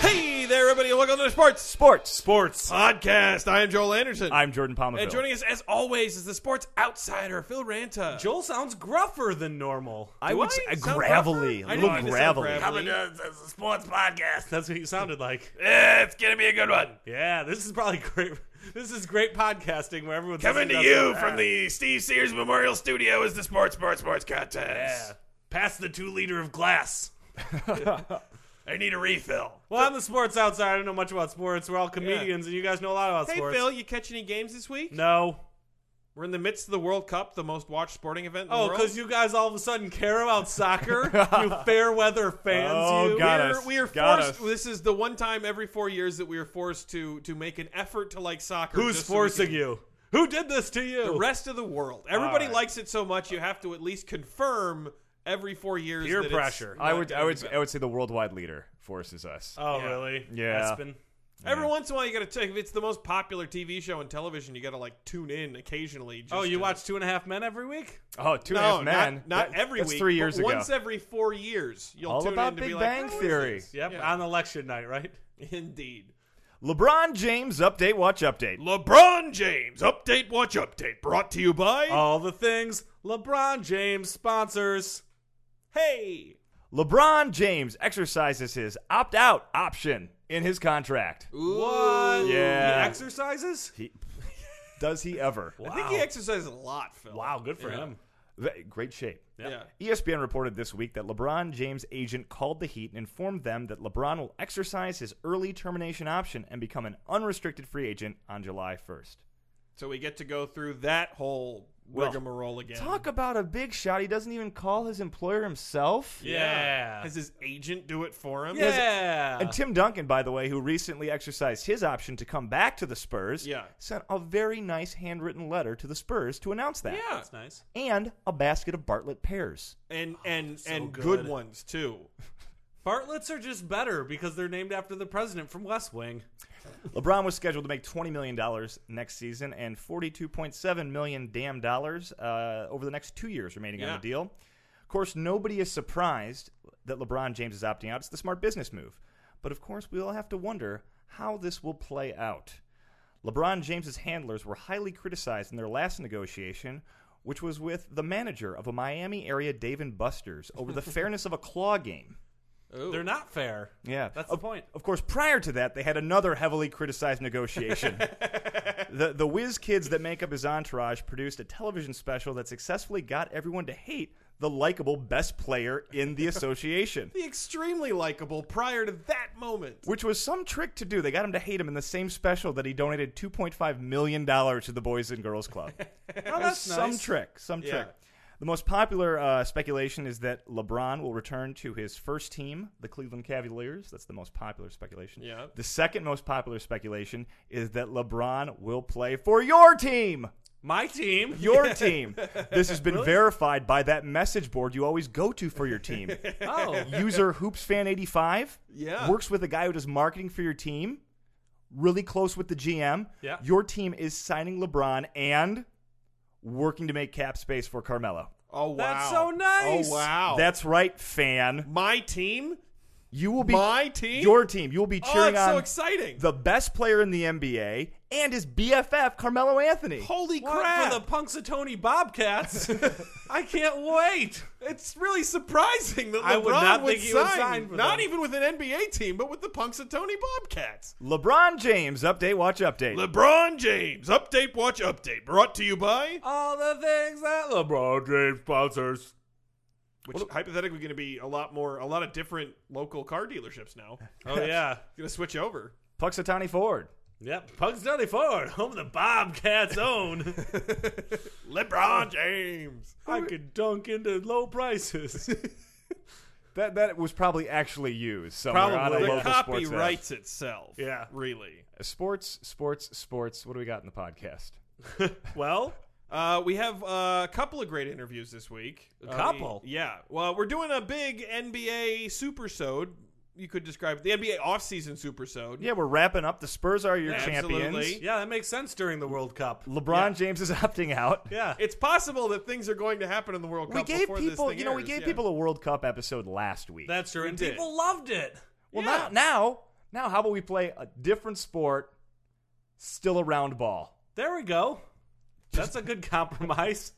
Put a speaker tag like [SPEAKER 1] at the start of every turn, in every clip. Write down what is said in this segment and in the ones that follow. [SPEAKER 1] Hey there, everybody, and welcome to Sports Sports Sports.
[SPEAKER 2] podcast. I am Joel Anderson.
[SPEAKER 1] Uh, I'm Jordan Palmerville.
[SPEAKER 2] and joining us, as always, is the sports outsider, Phil Ranta.
[SPEAKER 3] Joel sounds gruffer than normal.
[SPEAKER 2] Do
[SPEAKER 1] would
[SPEAKER 2] I
[SPEAKER 1] say
[SPEAKER 2] sound
[SPEAKER 1] gravelly,
[SPEAKER 2] proper?
[SPEAKER 1] a
[SPEAKER 2] I
[SPEAKER 1] little
[SPEAKER 2] didn't mean to sound
[SPEAKER 1] gravelly.
[SPEAKER 2] gravelly.
[SPEAKER 3] a sports podcast. That's what you sounded like.
[SPEAKER 2] Eh, It's going to be a good one.
[SPEAKER 3] Yeah, this is probably great. This is great podcasting where everyone's
[SPEAKER 2] Coming to
[SPEAKER 3] listening
[SPEAKER 2] you
[SPEAKER 3] us.
[SPEAKER 2] from the Steve Sears Memorial Studio is the Sports, Sports, Sports
[SPEAKER 3] Yeah.
[SPEAKER 2] contest.
[SPEAKER 3] Pass the two liter of glass.
[SPEAKER 2] I need a refill.
[SPEAKER 3] Well, I'm the sports outsider. I don't know much about sports. We're all comedians, and you guys know a lot about
[SPEAKER 2] Hey,
[SPEAKER 3] sports.
[SPEAKER 2] Phil, you catch any games this week?
[SPEAKER 3] No.
[SPEAKER 2] We're in the midst of the World Cup, the most watched sporting event in
[SPEAKER 3] Oh,
[SPEAKER 2] the world.
[SPEAKER 3] because you guys all of a sudden care about soccer, you fair weather fans.
[SPEAKER 1] Oh,
[SPEAKER 3] you.
[SPEAKER 1] God. Got
[SPEAKER 2] we're,
[SPEAKER 1] us.
[SPEAKER 2] we are
[SPEAKER 1] Got
[SPEAKER 2] forced.
[SPEAKER 1] us.
[SPEAKER 2] This is the one time every four years that we are forced to to make an effort to like soccer.
[SPEAKER 3] Who's
[SPEAKER 2] just so we
[SPEAKER 3] forcing
[SPEAKER 2] can-
[SPEAKER 3] you? Who did this to you?
[SPEAKER 2] The rest of the world, everybody
[SPEAKER 1] right.
[SPEAKER 2] likes it so much you have to at least confirm every four years.
[SPEAKER 3] Peer
[SPEAKER 2] that it's
[SPEAKER 3] pressure.
[SPEAKER 2] not
[SPEAKER 1] I would, I
[SPEAKER 2] gonna
[SPEAKER 1] would,
[SPEAKER 2] be
[SPEAKER 1] I would say the worldwide leader forces us.
[SPEAKER 3] oh,
[SPEAKER 2] Yeah.
[SPEAKER 3] really?
[SPEAKER 1] Yeah.
[SPEAKER 3] Aspen.
[SPEAKER 2] good. Every once in a while, you got to take. If it's the most popular TV show on television, you got to like tune in occasionally. Just
[SPEAKER 3] Oh, you
[SPEAKER 2] to-
[SPEAKER 3] watch Two and a Half Men every week?
[SPEAKER 1] Oh, two
[SPEAKER 2] No,
[SPEAKER 1] and a half
[SPEAKER 2] not-
[SPEAKER 1] men.
[SPEAKER 2] Not,
[SPEAKER 1] That-
[SPEAKER 2] every
[SPEAKER 1] that's
[SPEAKER 2] week.
[SPEAKER 1] Three
[SPEAKER 2] but
[SPEAKER 1] years ago.
[SPEAKER 2] Once every four years, you'll
[SPEAKER 1] All
[SPEAKER 2] tune
[SPEAKER 1] about
[SPEAKER 2] in to
[SPEAKER 1] Big
[SPEAKER 2] be
[SPEAKER 1] Bang
[SPEAKER 2] like, "Who is
[SPEAKER 1] Theory."
[SPEAKER 2] this?"
[SPEAKER 3] Yep,
[SPEAKER 2] Yeah.
[SPEAKER 3] on election night, right?
[SPEAKER 2] Indeed.
[SPEAKER 1] LeBron James update. Watch update.
[SPEAKER 2] LeBron James update. Watch update. Brought to you by.
[SPEAKER 1] Uh,
[SPEAKER 3] All the things LeBron James sponsors.
[SPEAKER 2] hey.
[SPEAKER 1] LeBron James exercises his opt out option in his contract.
[SPEAKER 3] What?
[SPEAKER 1] Yeah.
[SPEAKER 3] He exercises?
[SPEAKER 1] He, does he ever?
[SPEAKER 2] I think he exercises a lot, Phil.
[SPEAKER 3] Wow, good for him.
[SPEAKER 1] Ve- Great shape.
[SPEAKER 2] Yeah.
[SPEAKER 1] ESPN reported this week that LeBron James' agent called the Heat and informed them that LeBron will exercise his early termination option and become an unrestricted free agent on July 1st.
[SPEAKER 2] So we get to go through that whole
[SPEAKER 1] Well,
[SPEAKER 2] rigmarole again.
[SPEAKER 1] Talk about a big shot. He doesn't even call his employer himself.
[SPEAKER 3] Yeah.
[SPEAKER 2] Has his agent do it for him?
[SPEAKER 3] Yeah.
[SPEAKER 1] And Tim Duncan, by the way, who recently exercised his option to come back to the Spurs,
[SPEAKER 2] Yeah.
[SPEAKER 1] sent a very nice handwritten letter to the Spurs to announce that.
[SPEAKER 2] Yeah.
[SPEAKER 3] That's nice.
[SPEAKER 1] And a basket of Bartlett pears.
[SPEAKER 2] And and and Oh, good.
[SPEAKER 3] good.
[SPEAKER 2] ones too.
[SPEAKER 3] Bartlett's are just better because they're named after the president from West Wing.
[SPEAKER 1] LeBron was scheduled to make $20 million next season and $42.7 million damn dollars uh, over the next two years remaining on
[SPEAKER 2] Yeah.
[SPEAKER 1] the deal. Of course, nobody is surprised that LeBron James is opting out. It's the smart business move. But of course, we all have to wonder how this will play out. LeBron James's handlers were highly criticized in their last negotiation, which was with the manager of a Miami area Dave and Buster's over the fairness of a claw game.
[SPEAKER 3] They're not fair.
[SPEAKER 1] Yeah, Oh.
[SPEAKER 3] That's
[SPEAKER 1] of,
[SPEAKER 3] the point.
[SPEAKER 1] Of course, prior to that, they had another heavily criticized negotiation. the the whiz kids that make up his entourage produced a television special that successfully got everyone to hate the likable best player in the association,
[SPEAKER 2] The extremely likable prior to that moment.
[SPEAKER 1] which was some trick to do. They got him to hate him in the same special that he donated two point five million dollars to the Boys and Girls Club.
[SPEAKER 3] Oh, that's
[SPEAKER 1] some trick, some
[SPEAKER 2] Yeah.
[SPEAKER 1] trick. The most popular uh, speculation is that LeBron will return to his first team, the Cleveland Cavaliers. That's the most popular speculation.
[SPEAKER 2] Yeah.
[SPEAKER 1] The second most popular speculation is that LeBron will play for your team.
[SPEAKER 3] My team.
[SPEAKER 1] Your team. This has been verified by that message board you always go to for your team.
[SPEAKER 3] Oh.
[SPEAKER 1] User hoopsfan85
[SPEAKER 2] Yeah.
[SPEAKER 1] works with a guy who does marketing for your team, really close with the GM.
[SPEAKER 3] Yeah.
[SPEAKER 1] Your team is signing LeBron and working to make cap space for Carmelo.
[SPEAKER 2] Oh wow.
[SPEAKER 3] That's so nice.
[SPEAKER 2] Oh wow.
[SPEAKER 1] That's right, fan.
[SPEAKER 2] my team?
[SPEAKER 1] You will be
[SPEAKER 2] My team?
[SPEAKER 1] Your team. You will be
[SPEAKER 2] oh,
[SPEAKER 1] cheering
[SPEAKER 2] it's so
[SPEAKER 1] on
[SPEAKER 2] exciting.
[SPEAKER 1] the best player in the NBA and his BFF, Carmelo Anthony.
[SPEAKER 2] Holy
[SPEAKER 3] What
[SPEAKER 2] crap.
[SPEAKER 3] for the Punxsutawney Bobcats? I can't wait.
[SPEAKER 2] it's really surprising that LeBron
[SPEAKER 3] I would not think he would
[SPEAKER 2] sign,
[SPEAKER 3] sign for
[SPEAKER 2] not
[SPEAKER 3] them.
[SPEAKER 2] even with an NBA team, but with the Punxsutawney Bobcats.
[SPEAKER 1] LeBron James update. Watch update.
[SPEAKER 2] LeBron James update, watch update, brought to you by
[SPEAKER 3] All the things that LeBron James sponsors.
[SPEAKER 2] Which hypothetically going to be a lot more, a lot of different local car dealerships now.
[SPEAKER 3] Oh, yeah.
[SPEAKER 2] going to switch over.
[SPEAKER 1] Puxatani Ford.
[SPEAKER 3] Yep, Pugs Deli Ford, home of the Bobcats own.
[SPEAKER 2] LeBron James.
[SPEAKER 3] I could dunk into low prices.
[SPEAKER 4] That that was probably actually used somewhere on a
[SPEAKER 2] Probably
[SPEAKER 4] local
[SPEAKER 2] the copy
[SPEAKER 4] sports app.
[SPEAKER 2] writes itself.
[SPEAKER 3] Yeah.
[SPEAKER 2] really.
[SPEAKER 4] Sports, sports, sports. What do we got in the podcast?
[SPEAKER 3] Well,
[SPEAKER 2] Uh, we have uh, a couple of great interviews this week.
[SPEAKER 3] A
[SPEAKER 2] Uh,
[SPEAKER 3] couple?
[SPEAKER 2] we- yeah. Well, we're doing a big NBA supersode. You could describe it. the NBA offseason supersode.
[SPEAKER 4] Yeah, we're wrapping up. The Spurs are your
[SPEAKER 2] Absolutely.
[SPEAKER 4] champions.
[SPEAKER 3] yeah, that makes sense during the World Cup.
[SPEAKER 4] LeBron
[SPEAKER 2] Yeah.
[SPEAKER 4] James is opting out.
[SPEAKER 3] Yeah.
[SPEAKER 2] It's possible that things are going to happen in the World
[SPEAKER 4] We
[SPEAKER 2] Cup
[SPEAKER 4] gave
[SPEAKER 2] before this
[SPEAKER 4] people,
[SPEAKER 2] thing
[SPEAKER 4] you know, we
[SPEAKER 2] airs,
[SPEAKER 4] gave
[SPEAKER 2] yeah.
[SPEAKER 4] people a World Cup episode last week.
[SPEAKER 3] That's true.
[SPEAKER 2] We
[SPEAKER 3] And
[SPEAKER 2] did.
[SPEAKER 3] people loved it.
[SPEAKER 4] well,
[SPEAKER 2] yeah.
[SPEAKER 4] now, now, now, how about we play a different sport, still a round ball?
[SPEAKER 3] There we go. That's a good compromise.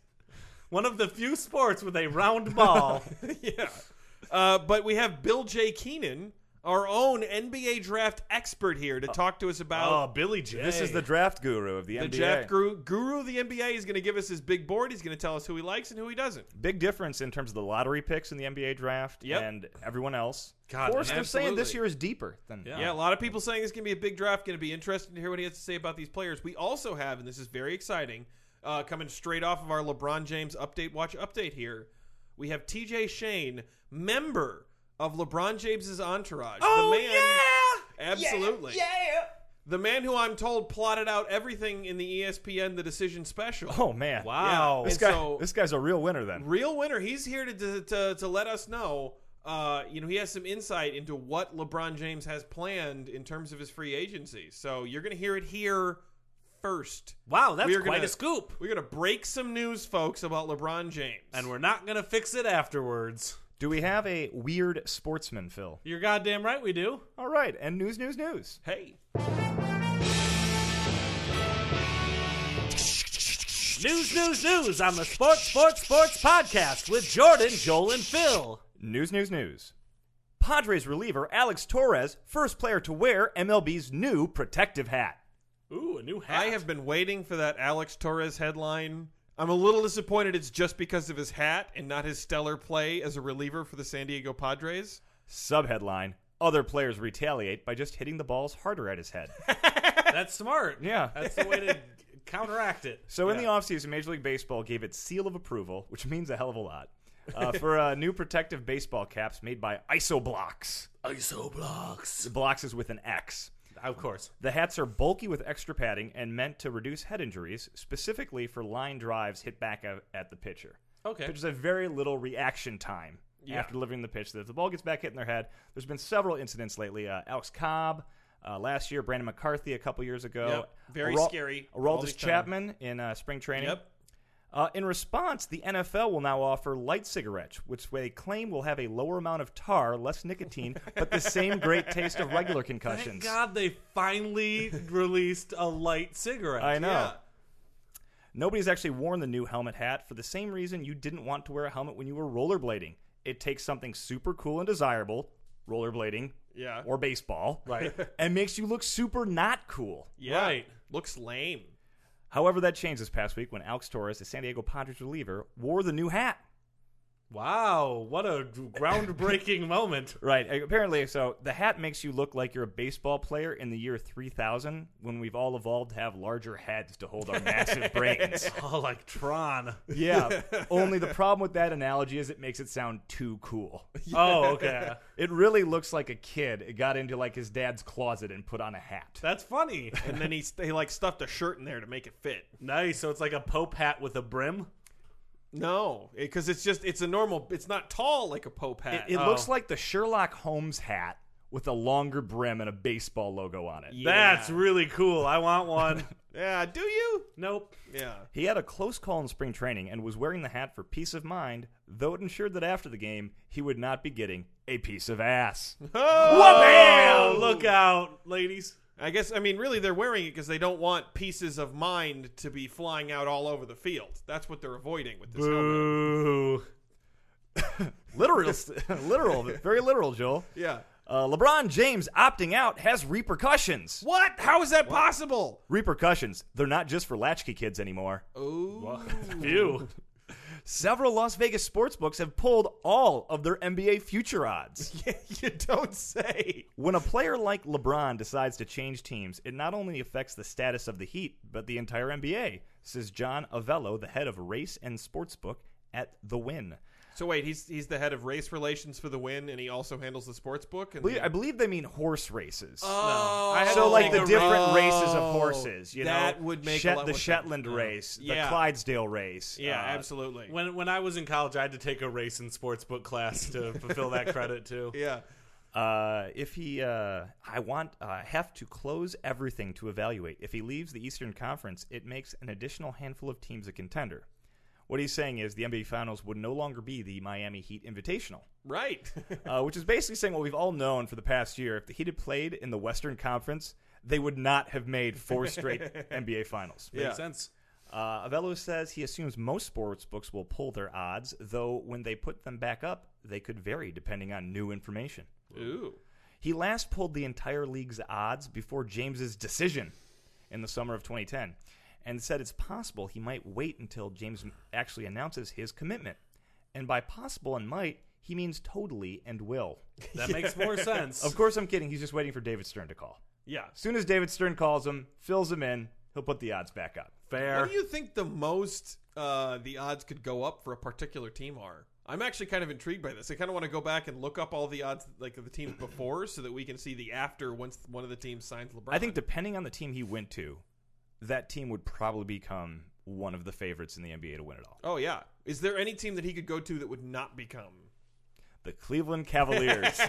[SPEAKER 3] One of the few sports with a round ball.
[SPEAKER 2] yeah. Uh, but we have Bill J. Keenan, our own NBA draft expert, here
[SPEAKER 4] Uh,
[SPEAKER 2] to talk to us
[SPEAKER 3] oh,
[SPEAKER 2] about
[SPEAKER 3] Billy J.
[SPEAKER 4] This is the draft guru of the,
[SPEAKER 2] the
[SPEAKER 4] NBA.
[SPEAKER 2] draft guru. Guru of the NBA is going to give us his big board. He's going to tell us who he likes and who he doesn't.
[SPEAKER 4] Big difference in terms of the lottery picks in the NBA draft
[SPEAKER 2] Yep.
[SPEAKER 4] and everyone else.
[SPEAKER 3] God,
[SPEAKER 4] of course, they're saying this
[SPEAKER 2] absolutely.
[SPEAKER 4] year is deeper than
[SPEAKER 3] Yeah.
[SPEAKER 2] Yeah, a lot of people saying this is going to be a big draft. Going to be interesting to hear what he has to say about these players. We also have, and this is very exciting, uh, coming straight off of our LeBron James update watch update here. We have T.J. Shane, member of LeBron James's entourage.
[SPEAKER 3] Oh,
[SPEAKER 2] the man,
[SPEAKER 3] yeah!
[SPEAKER 2] absolutely,
[SPEAKER 3] Yeah.
[SPEAKER 2] the man who I'm told plotted out everything in the E ESPN The Decision special.
[SPEAKER 4] Oh man!
[SPEAKER 3] Wow.
[SPEAKER 4] This
[SPEAKER 2] And
[SPEAKER 4] guy,
[SPEAKER 2] so-
[SPEAKER 4] this guy's a real winner then.
[SPEAKER 2] real winner. He's here to to, to, to let us know. Uh, you know, he has some insight into what LeBron James has planned in terms of his free agency. So you're going to hear it here first.
[SPEAKER 3] Wow, that's
[SPEAKER 2] We are
[SPEAKER 3] quite
[SPEAKER 2] gonna-
[SPEAKER 3] a scoop.
[SPEAKER 2] We're going to break some news, folks, about LeBron James.
[SPEAKER 3] And we're not going to fix it afterwards.
[SPEAKER 4] Do we have a weird sportsman, Phil?
[SPEAKER 3] You're goddamn right we do.
[SPEAKER 4] All right, and news, news, news.
[SPEAKER 2] hey,
[SPEAKER 3] News, news, news on the Sports, Sports, Sports podcast with Jordan, Joel, and Phil.
[SPEAKER 4] News, news, news. Padres reliever Alex Torres, first player to wear MLB's new protective hat.
[SPEAKER 3] Ooh, a new hat.
[SPEAKER 2] I have been waiting for that Alex Torres headline. I'm a little disappointed it's just because of his hat and not his stellar play as a reliever for the San Diego Padres.
[SPEAKER 4] Subheadline Other players retaliate by just hitting the balls harder at his head.
[SPEAKER 3] That's smart.
[SPEAKER 4] Yeah.
[SPEAKER 3] That's the way to counteract it.
[SPEAKER 4] So, in
[SPEAKER 3] Yeah.
[SPEAKER 4] the offseason, Major League Baseball gave its seal of approval, which means a hell of a lot, uh, for uh, new protective baseball caps made by Isoblocks.
[SPEAKER 3] ISO blocks.
[SPEAKER 4] Blocks is with an X.
[SPEAKER 3] Of course.
[SPEAKER 4] The hats are bulky with extra padding and meant to reduce head injuries, specifically for line drives hit back at- at the pitcher.
[SPEAKER 3] Okay.
[SPEAKER 4] pitchers have very little reaction time after delivering the pitch. That if the ball gets back hit in their head, there's been several incidents lately. Uh, Alex Cobb uh, last year, Brandon McCarthy a couple years ago.
[SPEAKER 2] Yep. Very scary. All these
[SPEAKER 4] Araldis
[SPEAKER 2] time.
[SPEAKER 4] Chapman in uh, spring training. Uh, in response, the NFL will now offer light cigarettes, which they claim will have a lower amount of tar, less nicotine, but the same great taste of regular
[SPEAKER 3] Thank
[SPEAKER 4] concussions.
[SPEAKER 3] God they finally released a light cigarette.
[SPEAKER 4] I know.
[SPEAKER 2] Yeah.
[SPEAKER 4] Nobody's actually worn the new helmet hat for the same reason you didn't want to wear a helmet when you were rollerblading. It takes something super cool and desirable, rollerblading,
[SPEAKER 2] Yeah.
[SPEAKER 4] or baseball,
[SPEAKER 3] Right.
[SPEAKER 4] and makes you look super not cool.
[SPEAKER 2] Yeah.
[SPEAKER 3] Right.
[SPEAKER 2] Looks lame.
[SPEAKER 4] However, that changed this past week when Alex Torres, the San Diego Padres reliever, wore the new hat.
[SPEAKER 3] Wow, what a groundbreaking moment.
[SPEAKER 4] Right. Apparently, so the hat makes you look like you're a baseball player in the year 3000 when we've all evolved to have larger heads to hold our massive brains.
[SPEAKER 3] Oh, like Tron.
[SPEAKER 4] Yeah. Only the problem with that analogy is it makes it sound too cool.
[SPEAKER 3] Oh, okay.
[SPEAKER 4] It really looks like a kid It got into like his dad's closet and put on a hat.
[SPEAKER 3] That's funny.
[SPEAKER 2] And then he, st- he like stuffed a shirt in there to make it fit.
[SPEAKER 3] Nice. So it's like a Pope hat with a brim.
[SPEAKER 2] No, because it's just it's a normal. It's not tall like a Pope hat.
[SPEAKER 3] Oh.
[SPEAKER 2] Oh.
[SPEAKER 4] It looks like the Sherlock Holmes hat with a longer brim and a baseball logo on it.
[SPEAKER 3] That's really cool. I want one.
[SPEAKER 2] yeah. Do you?
[SPEAKER 3] nope.
[SPEAKER 2] Yeah.
[SPEAKER 4] He had a close call in spring training and was wearing the hat for peace of mind, though it ensured that after the game he would not be getting a piece of ass.
[SPEAKER 3] Bam! Oh! Look out, ladies.
[SPEAKER 2] I guess I mean really they're wearing it because they don't want pieces of mind to be flying out all over the field. That's what they're avoiding with this. helmet.
[SPEAKER 3] Boo.
[SPEAKER 4] literal, literal, very literal, Joel.
[SPEAKER 2] Yeah.
[SPEAKER 4] Uh, LeBron James opting out has repercussions.
[SPEAKER 2] What? How is that possible?
[SPEAKER 4] Repercussions. They're not just for latchkey kids anymore.
[SPEAKER 2] Oh.
[SPEAKER 3] Ew.
[SPEAKER 4] Several Las Vegas sportsbooks have pulled all of their NBA future odds.
[SPEAKER 2] you don't say.
[SPEAKER 4] When a player like LeBron decides to change teams, it not only affects the status of the Heat, but the entire NBA, says John Avello, the head of race and sportsbook at The Win.
[SPEAKER 2] So wait, he's he's the head of race relations for the win, and he also handles the sports book. And
[SPEAKER 4] Believe-
[SPEAKER 2] the-
[SPEAKER 4] I believe they mean horse races.
[SPEAKER 2] Oh, I had
[SPEAKER 4] so
[SPEAKER 2] to
[SPEAKER 4] like
[SPEAKER 2] think
[SPEAKER 4] the
[SPEAKER 2] of-
[SPEAKER 4] different races
[SPEAKER 2] Oh,
[SPEAKER 4] of horses, you
[SPEAKER 2] that
[SPEAKER 4] know,
[SPEAKER 2] would make a
[SPEAKER 4] Shet-
[SPEAKER 2] lot
[SPEAKER 4] the
[SPEAKER 2] more sense.
[SPEAKER 4] Shetland
[SPEAKER 2] Yeah.
[SPEAKER 4] race, the
[SPEAKER 2] Yeah.
[SPEAKER 4] Clydesdale race.
[SPEAKER 2] Yeah,
[SPEAKER 4] uh,
[SPEAKER 2] absolutely.
[SPEAKER 3] When when I was in college, I had to take a race and sports book class to fulfill that credit too.
[SPEAKER 2] yeah,
[SPEAKER 4] Uh, if he, uh, I want, uh, have to close everything to evaluate. If he leaves the Eastern Conference, it makes an additional handful of teams a contender. What he's saying is the NBA Finals would no longer be the Miami Heat Invitational,
[SPEAKER 2] right.
[SPEAKER 4] uh, which is basically saying what we've all known for the past year. If the Heat had played in the Western Conference, they would not have made four straight NBA Finals.
[SPEAKER 2] Yeah.
[SPEAKER 3] Makes sense.
[SPEAKER 4] Uh, Avello says he assumes most sports books will pull their odds, though when they put them back up, they could vary depending on new information.
[SPEAKER 2] Ooh,
[SPEAKER 4] He last pulled the entire league's odds before James's decision in the summer of 2010 and said it's possible he might wait until James actually announces his commitment. And by possible and might, he means totally and will.
[SPEAKER 3] That makes more sense.
[SPEAKER 4] Of course, I'm kidding. He's just waiting for David Stern to call.
[SPEAKER 2] yeah.
[SPEAKER 4] As soon as David Stern calls him, fills him in, he'll put the odds back up.
[SPEAKER 2] What
[SPEAKER 3] Fair.
[SPEAKER 2] do you think the most uh, the odds could go up for a particular team are? I'm actually kind of intrigued by this. I kind of want to go back and look up all the odds like of the teams before, so that we can see the after once one of the teams signs LeBron.
[SPEAKER 4] I think depending on the team he went to, that team would probably become one of the favorites in the NBA to win it all.
[SPEAKER 2] Oh yeah. Is there any team that he could go to that would not become?
[SPEAKER 4] The Cleveland Cavaliers.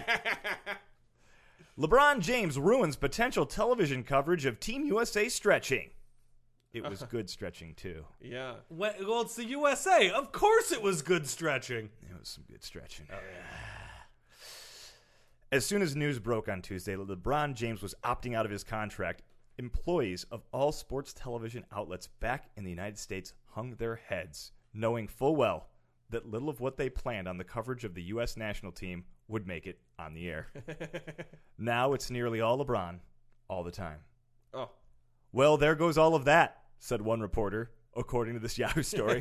[SPEAKER 4] LeBron James ruins potential television coverage of Team USA stretching. It was good stretching too.
[SPEAKER 2] Yeah.
[SPEAKER 3] Well, well, it's the USA. Of course, it was good stretching.
[SPEAKER 4] It was some good stretching. Oh, As soon as news broke on Tuesday, LeBron James was opting out of his contract. Employees of all sports television outlets back in the United States hung their heads, knowing full well that little of what they planned on the coverage of the U.S. national team would make it on the air. now it's nearly all LeBron, all the time.
[SPEAKER 2] Oh.
[SPEAKER 4] Well, there goes all of that, said one reporter, according to this Yahoo story.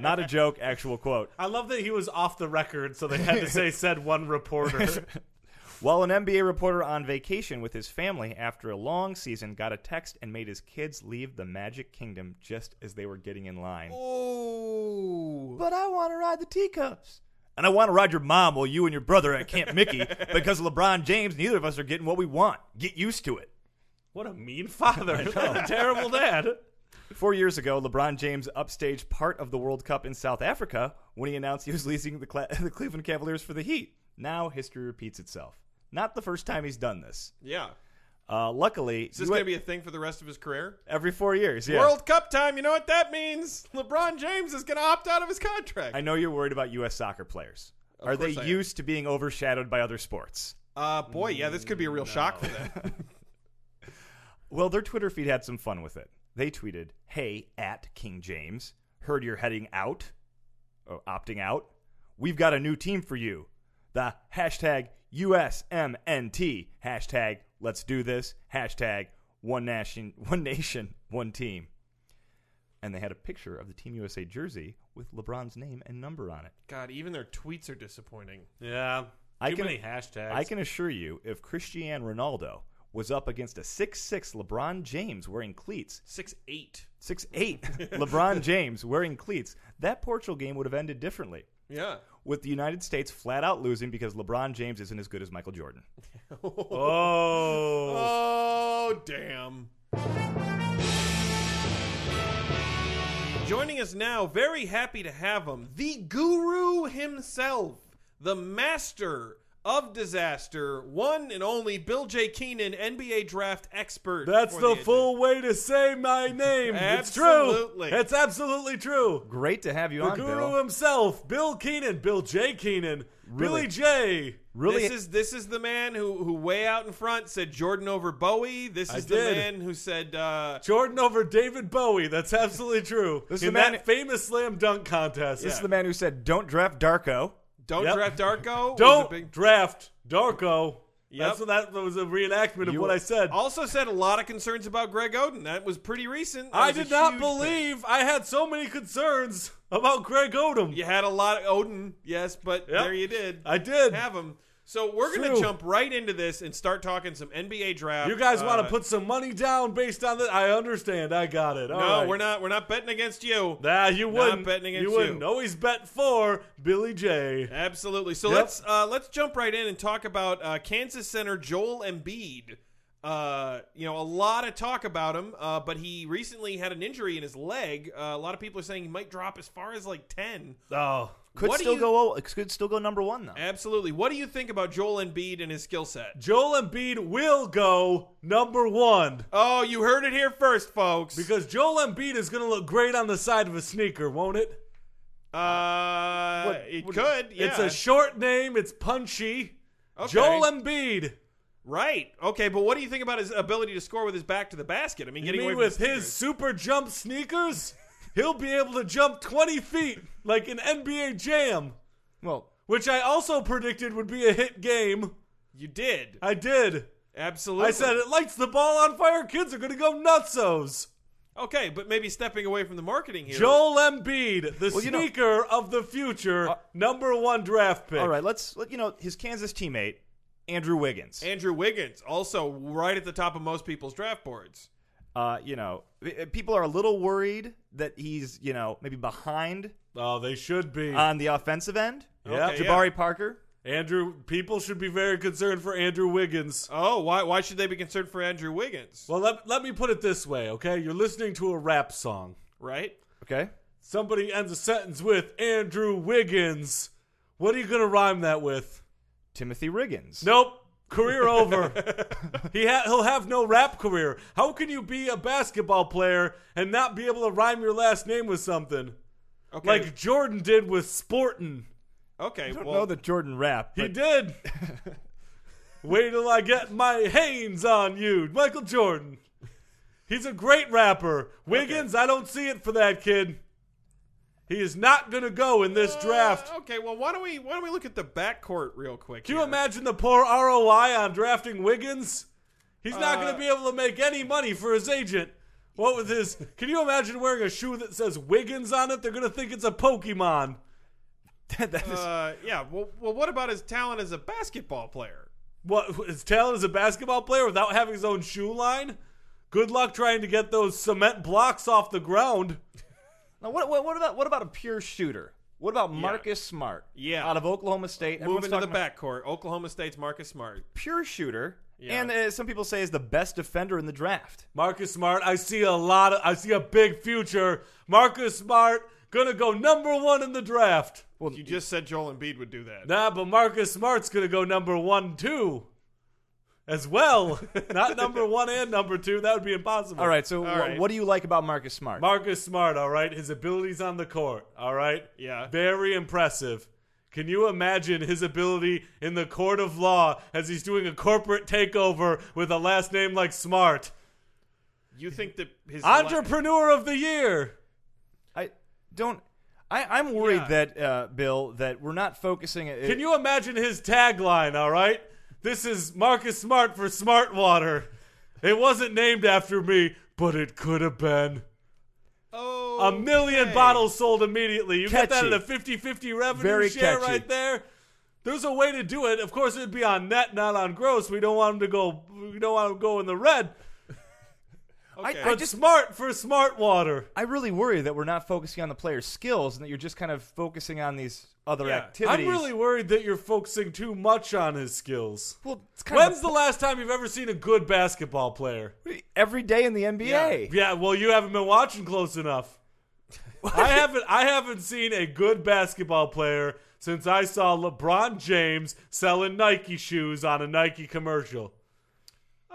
[SPEAKER 4] Not a joke, actual quote.
[SPEAKER 3] I love that he was off the record, so they had to say said one reporter.
[SPEAKER 4] While an NBA reporter on vacation with his family after a long season got a text and made his kids leave the Magic Kingdom just as they were getting in line.
[SPEAKER 2] Oh.
[SPEAKER 4] But I want to ride the teacups. And I want to ride your mom while you and your brother are at Camp Mickey because LeBron James, neither of us are getting what we want. Get used to it.
[SPEAKER 3] what a mean father! What a terrible dad.
[SPEAKER 4] Four years ago, LeBron James upstaged part of the World Cup in South Africa when he announced he was leasing the, Cla- the Cleveland Cavaliers for the Heat. Now history repeats itself. Not the first time he's done this.
[SPEAKER 2] Yeah.
[SPEAKER 4] Uh, luckily,
[SPEAKER 2] Is this
[SPEAKER 4] you-
[SPEAKER 2] going to be a thing for the rest of his career?
[SPEAKER 4] every four years. Yeah.
[SPEAKER 2] World Cup time. You know what that means? LeBron James is going to opt out of his contract.
[SPEAKER 4] I know you're worried about U.S. soccer players. Are they
[SPEAKER 2] course I am.
[SPEAKER 4] used to being overshadowed by other sports?
[SPEAKER 2] Uh, boy, yeah, this could be a real shock for them.
[SPEAKER 4] Well, their Twitter feed had some fun with it. They tweeted, "Hey, at King James, heard you're heading out, or opting out. We've got a new team for you. The hashtag USMNT hashtag Let's do this hashtag One Nation, One Nation, One Team." And they had a picture of the Team USA jersey with LeBron's name and number on it.
[SPEAKER 2] God, even their tweets are disappointing.
[SPEAKER 3] Yeah.
[SPEAKER 4] I
[SPEAKER 3] Too
[SPEAKER 4] can-
[SPEAKER 3] many hashtags.
[SPEAKER 4] I can assure you, if Cristiano Ronaldo was up against a 6'6 LeBron James wearing cleats,
[SPEAKER 2] Six eight.
[SPEAKER 4] 6'8 LeBron James wearing cleats, that Portugal game would have ended differently,
[SPEAKER 2] Yeah.
[SPEAKER 4] with the United States flat out losing because LeBron James isn't as good as Michael Jordan.
[SPEAKER 3] Oh.
[SPEAKER 2] Oh damn. Joining us now, very happy to have him, the guru himself, the master of disaster, one and only Bill J. Keenan, NBA draft expert.
[SPEAKER 3] That's
[SPEAKER 2] for
[SPEAKER 3] the
[SPEAKER 2] NBA.
[SPEAKER 3] full way to say my name. it's true.
[SPEAKER 2] Absolutely.
[SPEAKER 3] It's absolutely true.
[SPEAKER 4] Great to have you
[SPEAKER 3] The
[SPEAKER 4] on,
[SPEAKER 3] guru
[SPEAKER 4] Bill.
[SPEAKER 3] himself, Bill Keenan, Bill J. Keenan,
[SPEAKER 4] Really-
[SPEAKER 3] Billy J.
[SPEAKER 4] Really,
[SPEAKER 2] This is this is the man who who way out in front said Jordan over Bowie. This is the
[SPEAKER 3] did.
[SPEAKER 2] man who said uh,
[SPEAKER 3] Jordan over David Bowie. That's absolutely true.
[SPEAKER 4] This is
[SPEAKER 3] In
[SPEAKER 4] the man-
[SPEAKER 3] that famous slam dunk contest.
[SPEAKER 4] this is the man who said, "Don't draft Darko."
[SPEAKER 2] don't
[SPEAKER 3] Yep.
[SPEAKER 2] draft Darko. was a
[SPEAKER 3] Don't
[SPEAKER 2] big-
[SPEAKER 3] draft Darko.
[SPEAKER 2] Yep.
[SPEAKER 3] That's what that that was a reenactment of
[SPEAKER 4] You-
[SPEAKER 3] what I said.
[SPEAKER 2] Also said a lot of concerns about Greg Oden. That was pretty recent. That
[SPEAKER 3] I
[SPEAKER 2] was a
[SPEAKER 3] did not
[SPEAKER 2] huge
[SPEAKER 3] believe I had so many concerns about Greg Odom.
[SPEAKER 2] thing. you had a lot of Odin. Yes, but there you did.
[SPEAKER 3] I did.
[SPEAKER 2] have him. So we're going
[SPEAKER 3] True.
[SPEAKER 2] to jump right into this and start talking some NBA draft.
[SPEAKER 3] You guys want
[SPEAKER 2] Uh,
[SPEAKER 3] to put some money down based on this? I understand. I got it. All
[SPEAKER 2] No,
[SPEAKER 3] right.
[SPEAKER 2] we're not. We're not betting against you.
[SPEAKER 3] Nah, you wouldn't.
[SPEAKER 2] betting against
[SPEAKER 3] you wouldn't.
[SPEAKER 2] you.
[SPEAKER 3] Always bet for Billy J.
[SPEAKER 2] Absolutely. So
[SPEAKER 3] Yep.
[SPEAKER 2] let's uh, let's jump right in and talk about uh, Kansas center Joel Embiid. Uh, you know, a lot of talk about him, uh, but he recently had an injury in his leg. Uh, a lot of people are saying he might drop as far as like ten.
[SPEAKER 3] Oh,
[SPEAKER 4] Could
[SPEAKER 2] What do
[SPEAKER 4] still
[SPEAKER 2] you-
[SPEAKER 4] go. Could still go number one though.
[SPEAKER 2] Absolutely. What do you think about Joel Embiid and his skill set?
[SPEAKER 3] Joel Embiid will go number one
[SPEAKER 2] Oh, you heard it here first, folks.
[SPEAKER 3] because Joel Embiid is going to look great on the side of a sneaker, won't it?
[SPEAKER 2] uh,
[SPEAKER 4] What-
[SPEAKER 2] it
[SPEAKER 4] what-
[SPEAKER 2] could. Yeah.
[SPEAKER 3] It's a short name. It's punchy.
[SPEAKER 2] Okay.
[SPEAKER 3] Joel Embiid.
[SPEAKER 2] Right. Okay, but what do you think about his ability to score with his back to the basket? I mean,
[SPEAKER 3] You
[SPEAKER 2] getting
[SPEAKER 3] mean
[SPEAKER 2] away
[SPEAKER 3] with
[SPEAKER 2] from the sneakers.
[SPEAKER 3] his super jump sneakers, he'll be able to jump 20 feet like an NBA Jam,
[SPEAKER 4] Well,
[SPEAKER 3] which I also predicted would be a hit game.
[SPEAKER 2] You did.
[SPEAKER 3] I did.
[SPEAKER 2] Absolutely.
[SPEAKER 3] I said it lights the ball on fire. Kids are going to go nutsos.
[SPEAKER 2] Okay, but maybe stepping away from the marketing here.
[SPEAKER 3] Joel Embiid, the
[SPEAKER 4] Well, you know-
[SPEAKER 3] sneaker of the future,
[SPEAKER 4] Uh,
[SPEAKER 3] number one draft pick.
[SPEAKER 4] all right. Let's. Let, you know his Kansas teammate, Andrew Wiggins.
[SPEAKER 2] Andrew Wiggins, also right at the top of most people's draft boards.
[SPEAKER 4] uh, you know, i- people are a little worried that he's you know maybe behind
[SPEAKER 3] Oh, they should be.
[SPEAKER 4] on the offensive end.
[SPEAKER 3] yeah,
[SPEAKER 2] Okay, yeah.
[SPEAKER 4] Jabari Parker.
[SPEAKER 3] Andrew. People should be very concerned for Andrew Wiggins. Uh,
[SPEAKER 2] Oh, why why should they be concerned for Andrew Wiggins?
[SPEAKER 3] Well, let, let me put it this way, okay? You're listening to a rap song.
[SPEAKER 2] Right?
[SPEAKER 4] Okay.
[SPEAKER 3] Somebody ends a sentence with Andrew Wiggins. What are you going to rhyme that with?
[SPEAKER 4] Timothy Riggins.
[SPEAKER 3] Nope. Career over. he ha- he'll have no rap career. How can you be a basketball player and not be able to rhyme your last name with something?
[SPEAKER 2] Okay.
[SPEAKER 3] Like Jordan did with Sportin.
[SPEAKER 2] okay,
[SPEAKER 4] I don't
[SPEAKER 2] well
[SPEAKER 4] know the Jordan rap.
[SPEAKER 3] He
[SPEAKER 4] but-
[SPEAKER 3] did. Wait till I get my Hanes on you, Michael Jordan. He's a great rapper. Wiggins, I don't see it for that kid. He is not going to go in this draft.
[SPEAKER 2] Uh, okay, well why don't we why don't we look at the backcourt real quick?
[SPEAKER 3] Can you
[SPEAKER 2] here?
[SPEAKER 3] imagine the poor ROI on drafting Wiggins? He's not going
[SPEAKER 2] Uh,
[SPEAKER 3] to be able to make any money for his agent. What with his? Can you imagine wearing a shoe that says Wiggins on it? They're going to think it's a Pokemon.
[SPEAKER 4] that is-
[SPEAKER 2] Uh, yeah, well, well what about his talent as a basketball player?
[SPEAKER 3] What his talent as a basketball player without having his own shoe line? Good luck trying to get those cement blocks off the ground.
[SPEAKER 4] now what, what, what about what about a pure shooter? What about Marcus Smart?
[SPEAKER 2] Yeah.
[SPEAKER 4] Out of Oklahoma State. Everyone's
[SPEAKER 2] Moving to the
[SPEAKER 4] talking about
[SPEAKER 2] backcourt, Oklahoma State's Marcus Smart.
[SPEAKER 4] pure shooter,
[SPEAKER 2] Yeah.
[SPEAKER 4] and uh, some people say is the best defender in the draft.
[SPEAKER 3] Marcus Smart, I see a lot of, I see a big future. Marcus Smart gonna go number one in the draft.
[SPEAKER 4] Well,
[SPEAKER 2] You just said Joel Embiid would do that.
[SPEAKER 3] Nah, but Marcus Smart's gonna go number one too, as well. Not number one and number two. That would be impossible.
[SPEAKER 4] all right. So wh-
[SPEAKER 2] right.
[SPEAKER 4] what do you like about Marcus Smart?
[SPEAKER 3] Marcus Smart, all right, his abilities on the court, all right?
[SPEAKER 2] Yeah.
[SPEAKER 3] Very impressive. Can you imagine his ability in the court of law as he's doing a corporate takeover with a last name like Smart?
[SPEAKER 2] You think that his
[SPEAKER 3] Entrepreneur of the year.
[SPEAKER 4] I don't. I, I'm worried
[SPEAKER 2] Yeah.
[SPEAKER 4] that uh, Bill that we're not focusing. It,
[SPEAKER 3] Can you imagine his tagline, all right? This is Marcus Smart for Smart Water. It wasn't named after me, but it could have been.
[SPEAKER 2] oh
[SPEAKER 3] A million
[SPEAKER 2] okay.
[SPEAKER 3] bottles sold immediately. You get that
[SPEAKER 4] Catchy.
[SPEAKER 3] at a 50 50 revenue
[SPEAKER 4] Very
[SPEAKER 3] share
[SPEAKER 4] catchy.
[SPEAKER 3] right there. There's a way to do it. Of course, it'd be on net, not on gross. We don't want them to go. We don't want them to go in the red.
[SPEAKER 2] Okay.
[SPEAKER 4] I
[SPEAKER 3] But
[SPEAKER 4] just-
[SPEAKER 3] smart for smart water.
[SPEAKER 4] I really worry that we're not focusing on the player's skills and that you're just kind of focusing on these other
[SPEAKER 2] Yeah. I'm
[SPEAKER 4] activities.
[SPEAKER 3] I'm really worried that you're focusing too much on his skills.
[SPEAKER 4] well. It's kind
[SPEAKER 3] When's
[SPEAKER 4] of
[SPEAKER 3] the last time you've ever seen a good basketball player?
[SPEAKER 4] every day in the NBA.
[SPEAKER 3] Yeah, well, you haven't been watching close enough. I haven't. I haven't seen a good basketball player since I saw LeBron James selling Nike shoes on a Nike commercial.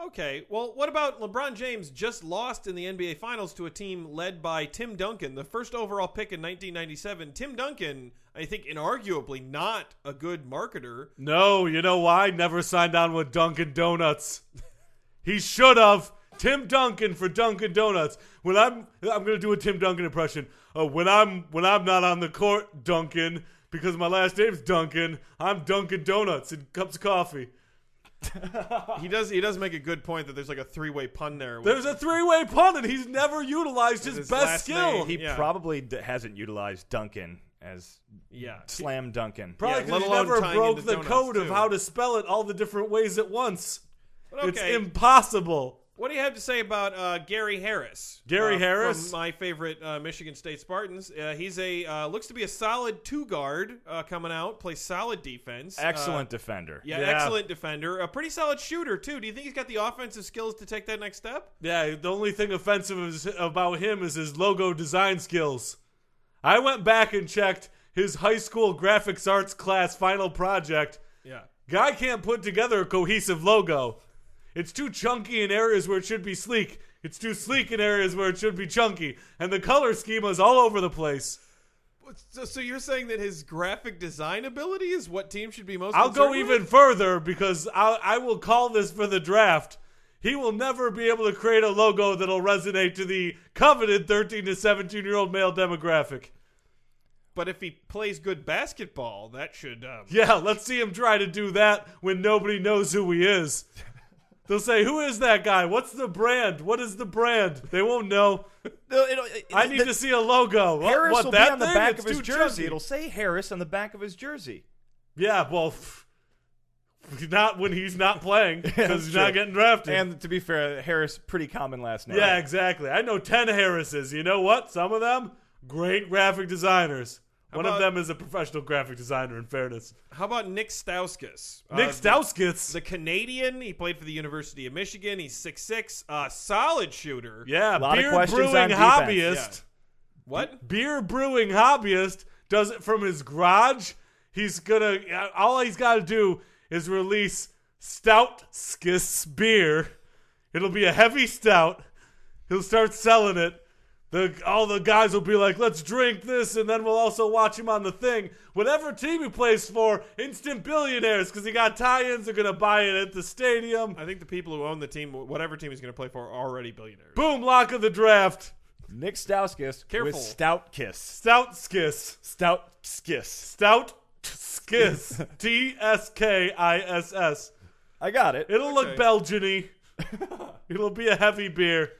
[SPEAKER 2] Okay. Well, what about LeBron James just lost in the NBA Finals to a team led by Tim Duncan, the first overall pick in 1997? Tim Duncan, I think, inarguably not a good marketer.
[SPEAKER 3] No, you know why? Never signed on with Dunkin' Donuts. He should have. Tim Duncan for Dunkin' Donuts. When I'm, I'm gonna do a Tim Duncan impression. Uh, when I'm, when I'm not on the court, Duncan, because my last name's Duncan. I'm Dunkin' Donuts and cups of coffee.
[SPEAKER 2] He does. He does make a good point that there's like a three way pun there.
[SPEAKER 3] There's a three-way pun, and he's never utilized his,
[SPEAKER 2] his
[SPEAKER 3] best
[SPEAKER 2] last
[SPEAKER 3] skill.
[SPEAKER 2] name.
[SPEAKER 4] He
[SPEAKER 2] Yeah.
[SPEAKER 4] probably d- hasn't utilized Duncan as
[SPEAKER 2] Yeah.
[SPEAKER 4] Slam Duncan.
[SPEAKER 3] Probably
[SPEAKER 2] Yeah,
[SPEAKER 3] 'cause
[SPEAKER 2] let
[SPEAKER 3] he
[SPEAKER 2] alone
[SPEAKER 3] never
[SPEAKER 2] tying
[SPEAKER 3] broke
[SPEAKER 2] into
[SPEAKER 3] the
[SPEAKER 2] donuts,
[SPEAKER 3] code of
[SPEAKER 2] too.
[SPEAKER 3] how to spell it all the different ways at once.
[SPEAKER 2] But
[SPEAKER 3] It's
[SPEAKER 2] okay.
[SPEAKER 3] impossible.
[SPEAKER 2] what do you have to say about uh, Gary Harris?
[SPEAKER 3] Gary
[SPEAKER 2] Uh,
[SPEAKER 3] Harris?
[SPEAKER 2] from my favorite uh, Michigan State Spartans. Uh, he's a uh, looks to be a solid two guard uh, coming out. Plays solid defense. Uh,
[SPEAKER 4] Excellent defender.
[SPEAKER 2] yeah,
[SPEAKER 3] Yeah.
[SPEAKER 2] excellent defender. A pretty solid shooter too. Do you think he's got the offensive skills to take that next step?
[SPEAKER 3] Yeah, the only thing offensive is, about him is his logo design skills. I went back and checked his high school graphics arts class final project.
[SPEAKER 2] Yeah.
[SPEAKER 3] Guy can't put together a cohesive logo. It's too chunky in areas where it should be sleek. It's too sleek in areas where it should be chunky. And the color schema is all over the place.
[SPEAKER 2] So, so you're saying that his graphic design ability is what team should be most.
[SPEAKER 3] I'll go
[SPEAKER 2] concerned with?
[SPEAKER 3] even further because I, I will call this for the draft. He will never be able to create a logo that'll resonate to the coveted 13 to 17 year old male demographic.
[SPEAKER 2] But if he plays good basketball, that should. Um,
[SPEAKER 3] Yeah, let's see him try to do that when nobody knows who he is. They'll say, Who is that guy? What's the brand? What is the brand? They won't know.
[SPEAKER 4] No, it'll- it-
[SPEAKER 3] I need
[SPEAKER 4] the-
[SPEAKER 3] to see a logo. What,
[SPEAKER 4] Harris
[SPEAKER 3] what,
[SPEAKER 4] will
[SPEAKER 3] that
[SPEAKER 4] be on the
[SPEAKER 3] thing?
[SPEAKER 4] back
[SPEAKER 3] It's
[SPEAKER 4] of his
[SPEAKER 3] too
[SPEAKER 4] jersey.
[SPEAKER 3] chunky.
[SPEAKER 4] It'll say Harris on the back of his jersey.
[SPEAKER 3] Yeah, well, pff, not when he's not playing because he's not
[SPEAKER 4] true.
[SPEAKER 3] getting drafted.
[SPEAKER 4] And to be fair, Harris pretty common last name.
[SPEAKER 3] yeah, exactly. I know 10 Harrises. You know what? Some of them, great graphic designers. One
[SPEAKER 2] about-
[SPEAKER 3] of them is a professional graphic designer, in fairness.
[SPEAKER 2] How about Nick Stauskas? Uh,
[SPEAKER 3] Nick
[SPEAKER 2] the-
[SPEAKER 3] Stauskas.
[SPEAKER 2] the Canadian. He played for the University of Michigan. He's six six, uh, solid shooter.
[SPEAKER 3] yeah,
[SPEAKER 4] Lot of
[SPEAKER 3] beer
[SPEAKER 4] questions on
[SPEAKER 3] brewing
[SPEAKER 4] defense,
[SPEAKER 3] hobbyist.
[SPEAKER 2] yeah. What?
[SPEAKER 3] beer brewing hobbyist does it from his garage. He's gonna all he's got to do is release stout skis beer. It'll be a heavy stout. He'll start selling it. The all the guys will be like, "Let's drink this," and then we'll also watch him on the thing. Whatever team he plays for, instant billionaires because he got tie-ins. They're gonna buy it at the stadium.
[SPEAKER 2] I think the people who own the team, whatever team he's going to play for, are already billionaires.
[SPEAKER 3] Boom! Lock of the draft.
[SPEAKER 4] Nick Stauskas
[SPEAKER 2] Careful.
[SPEAKER 4] with Stout Kiss.
[SPEAKER 3] Stout skis.
[SPEAKER 4] Stout Skiss.
[SPEAKER 3] Stout Skiss. T S K I S S.
[SPEAKER 4] I got it.
[SPEAKER 3] It'll look
[SPEAKER 2] Okay.
[SPEAKER 3] Belgian y. It'll be a heavy beer.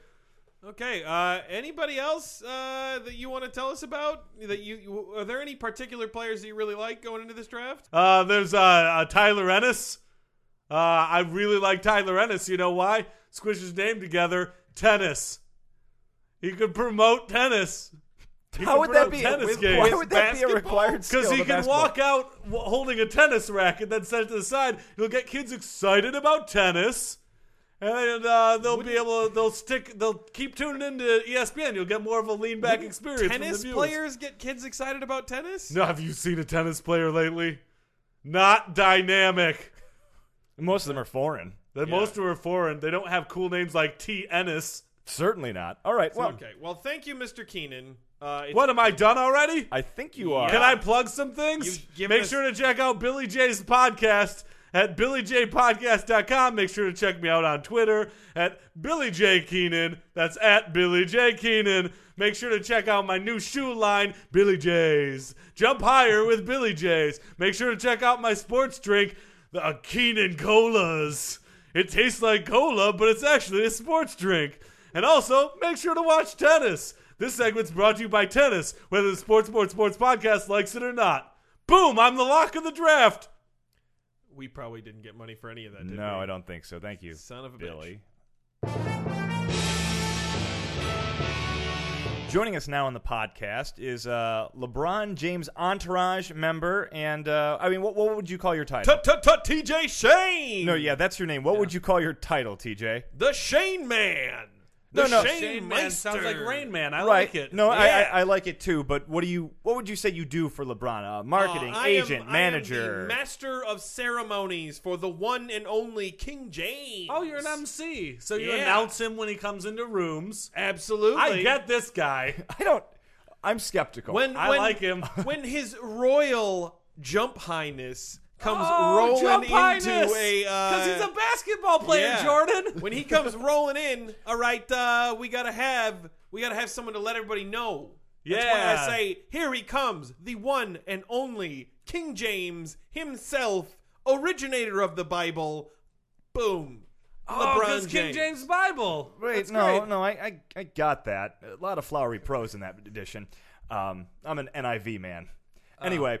[SPEAKER 2] Okay. Uh, anybody else uh, that you want to tell us about? That you, you are there any particular players that you really like going into this draft?
[SPEAKER 3] Uh, there's uh, uh, Tyler Ennis. Uh, I really like Tyler Ennis. You know why? Squish his name together. Tennis. He could promote tennis.
[SPEAKER 4] How would that
[SPEAKER 3] promote
[SPEAKER 4] be?
[SPEAKER 3] tennis
[SPEAKER 4] with-
[SPEAKER 3] games.
[SPEAKER 4] Why would that be a
[SPEAKER 2] Basketball?
[SPEAKER 4] required skill?
[SPEAKER 3] Because he
[SPEAKER 4] in
[SPEAKER 3] can
[SPEAKER 4] basketball?
[SPEAKER 3] walk out w- holding a tennis racket, then set it to the side. He'll get kids excited about tennis, and uh, they'll be able. They'll stick. They'll keep tuning into E ESPN. You'll get more of a lean back experience. from
[SPEAKER 2] tennis
[SPEAKER 3] the viewers.
[SPEAKER 2] players get kids excited about tennis.
[SPEAKER 3] No, have you seen a tennis player lately? Not dynamic.
[SPEAKER 4] Most of them are foreign.
[SPEAKER 3] That
[SPEAKER 2] Yeah.
[SPEAKER 3] most of them are foreign. They don't have cool names like T. Ennis.
[SPEAKER 4] Certainly not. All right. Well,
[SPEAKER 2] Okay. Well, thank you, Mr. Keenan. Uh, it's
[SPEAKER 3] What am I done already?
[SPEAKER 4] I think you are.
[SPEAKER 3] Can I plug some things?
[SPEAKER 2] You've given
[SPEAKER 3] Make
[SPEAKER 2] us-
[SPEAKER 3] sure to check out Billy J's podcast at billyjpodcast.com. Make sure to check me out on Twitter at Billy J Keenan. That's at Billy J Keenan. Make sure to check out my new shoe line, Billy J's. Jump higher with Billy J's. Make sure to check out my sports drink, the Keenan Colas. It tastes like cola, but it's actually a sports drink. And also, make sure to watch tennis. This segment's brought to you by tennis, whether the Sports Sports Sports podcast likes it or not. Boom! I'm the lock of the draft.
[SPEAKER 2] we probably didn't get money for any of that. Did
[SPEAKER 4] No,
[SPEAKER 2] we?
[SPEAKER 4] I don't think so. Thank you,
[SPEAKER 2] Son of a
[SPEAKER 4] Billy. Joining us now on the podcast is uh, LeBron James entourage member, and uh, I mean, what, what would you call your title?
[SPEAKER 2] Tut tut tut. T.J. Shane.
[SPEAKER 4] no, yeah, that's your name. What would you call your title, TJ?
[SPEAKER 2] The Shane Man.
[SPEAKER 4] No,
[SPEAKER 2] The
[SPEAKER 4] no.
[SPEAKER 2] Shane, Meister. Uh,
[SPEAKER 3] Man. I
[SPEAKER 4] No, I, I,
[SPEAKER 2] Yeah.
[SPEAKER 4] I like it too. But what do you? What would you say you do for LeBron? Uh,
[SPEAKER 2] Uh,
[SPEAKER 4] marketing
[SPEAKER 2] I am-
[SPEAKER 4] agent,
[SPEAKER 2] I am
[SPEAKER 4] manager.
[SPEAKER 2] the master of ceremonies for the one and only King James.
[SPEAKER 3] Oh, MC, so
[SPEAKER 2] you announce
[SPEAKER 3] him when he comes into rooms.
[SPEAKER 2] absolutely.
[SPEAKER 3] I get this guy.
[SPEAKER 4] I don't. I'm skeptical.
[SPEAKER 2] when,
[SPEAKER 3] I
[SPEAKER 2] when-
[SPEAKER 3] like him.
[SPEAKER 2] when his royal jump highness comes
[SPEAKER 3] Oh,
[SPEAKER 2] rolling
[SPEAKER 3] jump
[SPEAKER 2] into
[SPEAKER 3] highness,
[SPEAKER 2] a uh,
[SPEAKER 3] he's a basketball player,
[SPEAKER 2] yeah.
[SPEAKER 3] Jordan.
[SPEAKER 2] when he comes rolling in, all right, uh, we gotta have we gotta have someone to let everybody know. That's
[SPEAKER 3] Yeah.
[SPEAKER 2] why I say here he comes, the one and only King James himself, originator of the Bible. Boom.
[SPEAKER 3] Oh, because King James Bible.
[SPEAKER 4] Wait,
[SPEAKER 3] That's
[SPEAKER 4] no,
[SPEAKER 3] great.
[SPEAKER 4] no, I, I, I got that. A lot of flowery prose in that edition. Um, I'm an NIV man.
[SPEAKER 2] Oh.
[SPEAKER 4] Anyway,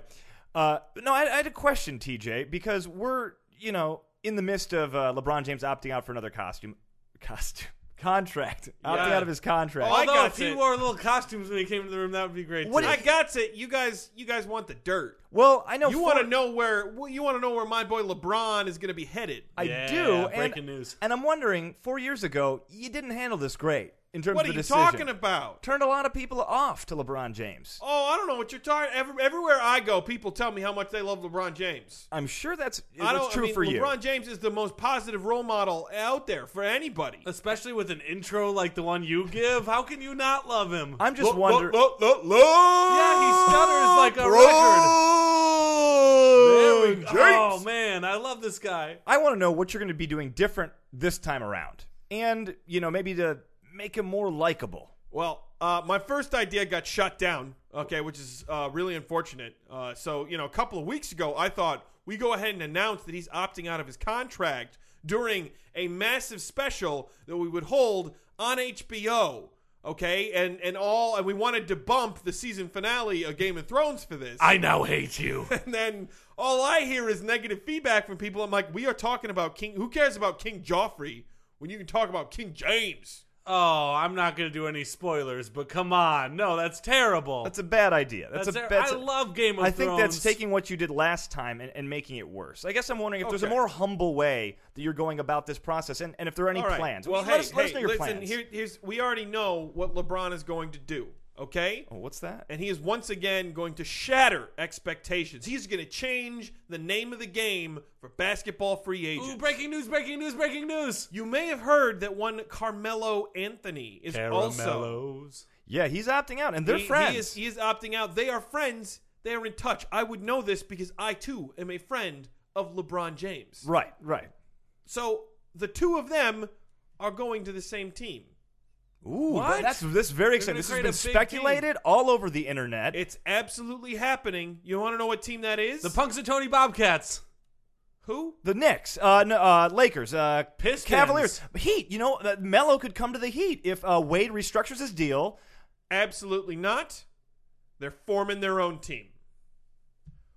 [SPEAKER 4] uh, no, I, I had a question, TJ, because we're you know in the midst of uh, LeBron James opting out for another costume, costume contract, opting
[SPEAKER 2] Yeah.
[SPEAKER 4] out of his contract.
[SPEAKER 2] Oh, I
[SPEAKER 3] Although
[SPEAKER 2] got
[SPEAKER 3] if he
[SPEAKER 2] it.
[SPEAKER 3] wore little costumes when he came into the room, that would be great.
[SPEAKER 4] What
[SPEAKER 3] too.
[SPEAKER 2] I got it. You guys, you guys want the dirt.
[SPEAKER 4] well, I know
[SPEAKER 2] You
[SPEAKER 4] for-
[SPEAKER 2] want to know where? well, You want to know where my boy LeBron is going to be headed?
[SPEAKER 4] I
[SPEAKER 3] Yeah,
[SPEAKER 4] do.
[SPEAKER 3] breaking
[SPEAKER 4] and,
[SPEAKER 3] news.
[SPEAKER 4] And I'm wondering, four years ago, you didn't handle this great in terms
[SPEAKER 2] what are
[SPEAKER 4] of
[SPEAKER 2] you
[SPEAKER 4] the decision.
[SPEAKER 2] talking about?
[SPEAKER 4] Turned a lot of people off to LeBron James.
[SPEAKER 2] Oh, I don't know what you're talking. Every, everywhere I go, people tell me how much they love LeBron James.
[SPEAKER 4] I'm sure that's
[SPEAKER 2] I don't.
[SPEAKER 4] it's true
[SPEAKER 2] I mean,
[SPEAKER 4] for you.
[SPEAKER 2] LeBron James is the most positive role model out there for anybody.
[SPEAKER 3] Especially with an intro like the one you give, how can you not love him?
[SPEAKER 4] I'm just wondering.
[SPEAKER 3] yeah, he stutters like a record. There we
[SPEAKER 4] record.
[SPEAKER 3] go. Oh man, I love this guy.
[SPEAKER 4] I want to know what you're going to be doing different this time around, and you know maybe to make him more likable.
[SPEAKER 2] Well, uh, my first idea got shut down, okay, which is uh, really unfortunate. Uh, so, you know, a couple of weeks ago, I thought we go ahead and announce that he's opting out of his contract during a massive special that we would hold on HBO, okay, and and all, and we wanted to bump the season finale of Game of Thrones for this.
[SPEAKER 3] I now hate you.
[SPEAKER 2] and then all I hear is negative feedback from people. I'm like, we are talking about King. Who cares about King Joffrey when you can talk about King James?
[SPEAKER 3] oh, I'm not gonna do any spoilers, but come on, no, that's terrible.
[SPEAKER 4] That's a bad idea. That's,
[SPEAKER 3] That's
[SPEAKER 4] a
[SPEAKER 3] ter-
[SPEAKER 4] bad.
[SPEAKER 3] I love Game of
[SPEAKER 4] I think
[SPEAKER 3] Thrones.
[SPEAKER 4] that's taking what you did last time and, and making it worse. I guess I'm wondering if there's a
[SPEAKER 2] Okay.
[SPEAKER 4] more humble way that you're going about this process, and, and if there are any
[SPEAKER 2] All right.
[SPEAKER 4] plans.
[SPEAKER 2] Well,
[SPEAKER 4] let
[SPEAKER 2] hey,
[SPEAKER 4] us, let us
[SPEAKER 2] hey,
[SPEAKER 4] know your
[SPEAKER 2] listen,
[SPEAKER 4] plans.
[SPEAKER 2] Here, here's we already know what LeBron is going to do. Okay.
[SPEAKER 4] oh, what's that?
[SPEAKER 2] And he is once again going to shatter expectations. He's going to change the name of the game for basketball free
[SPEAKER 3] Ooh,
[SPEAKER 2] agents.
[SPEAKER 3] breaking news! Breaking news! Breaking news!
[SPEAKER 2] you may have heard that one Carmelo Anthony is also
[SPEAKER 3] Caramellos.
[SPEAKER 4] yeah, he's opting out, and they're
[SPEAKER 2] he,
[SPEAKER 4] friends.
[SPEAKER 2] He is, he is opting out. They are friends. They are in touch. I would know this because I too am a friend of LeBron James.
[SPEAKER 4] right, right.
[SPEAKER 2] So the two of them are going to the same teame
[SPEAKER 4] Ooh,
[SPEAKER 3] What?
[SPEAKER 4] that's this is very exciting.
[SPEAKER 3] gonna
[SPEAKER 4] This has
[SPEAKER 3] create
[SPEAKER 4] been
[SPEAKER 3] a big team.
[SPEAKER 4] speculated all over the internet.
[SPEAKER 2] It's absolutely happening. You want to know what team that is?
[SPEAKER 3] The Punxsutawney Bobcats.
[SPEAKER 2] Who?
[SPEAKER 4] the Knicks, uh, no, uh, Lakers, uh,
[SPEAKER 3] Pistons.
[SPEAKER 4] Cavaliers, Heat. You know, uh, Melo could come to the Heat if uh, Wade restructures his deal.
[SPEAKER 2] Absolutely not. They're forming their own team.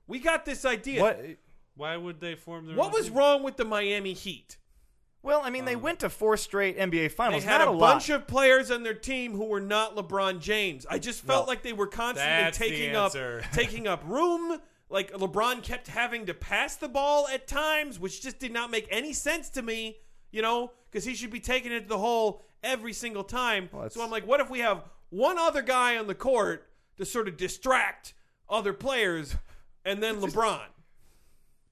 [SPEAKER 2] We got this idea.
[SPEAKER 4] What?
[SPEAKER 3] Why would they form their?
[SPEAKER 2] What
[SPEAKER 3] own
[SPEAKER 2] was
[SPEAKER 3] team?
[SPEAKER 2] wrong with the Miami Heat?
[SPEAKER 4] Well, I mean, they went to four straight NBA
[SPEAKER 2] Um, They
[SPEAKER 4] Finals.
[SPEAKER 2] had
[SPEAKER 4] not
[SPEAKER 2] a,
[SPEAKER 4] a, lot.
[SPEAKER 2] bunch of players on their team who were not LeBron James. I just felt
[SPEAKER 4] No.
[SPEAKER 2] like they were constantly
[SPEAKER 3] That's the
[SPEAKER 2] taking up
[SPEAKER 3] answer.
[SPEAKER 2] taking up room. Like LeBron kept having to pass the ball at times, which just did not make any sense to me, you know, because he should be taking it to the hole every single time.
[SPEAKER 4] that's-
[SPEAKER 2] so I'm like, what if we have one other guy on the court to sort of distract other players and then LeBron?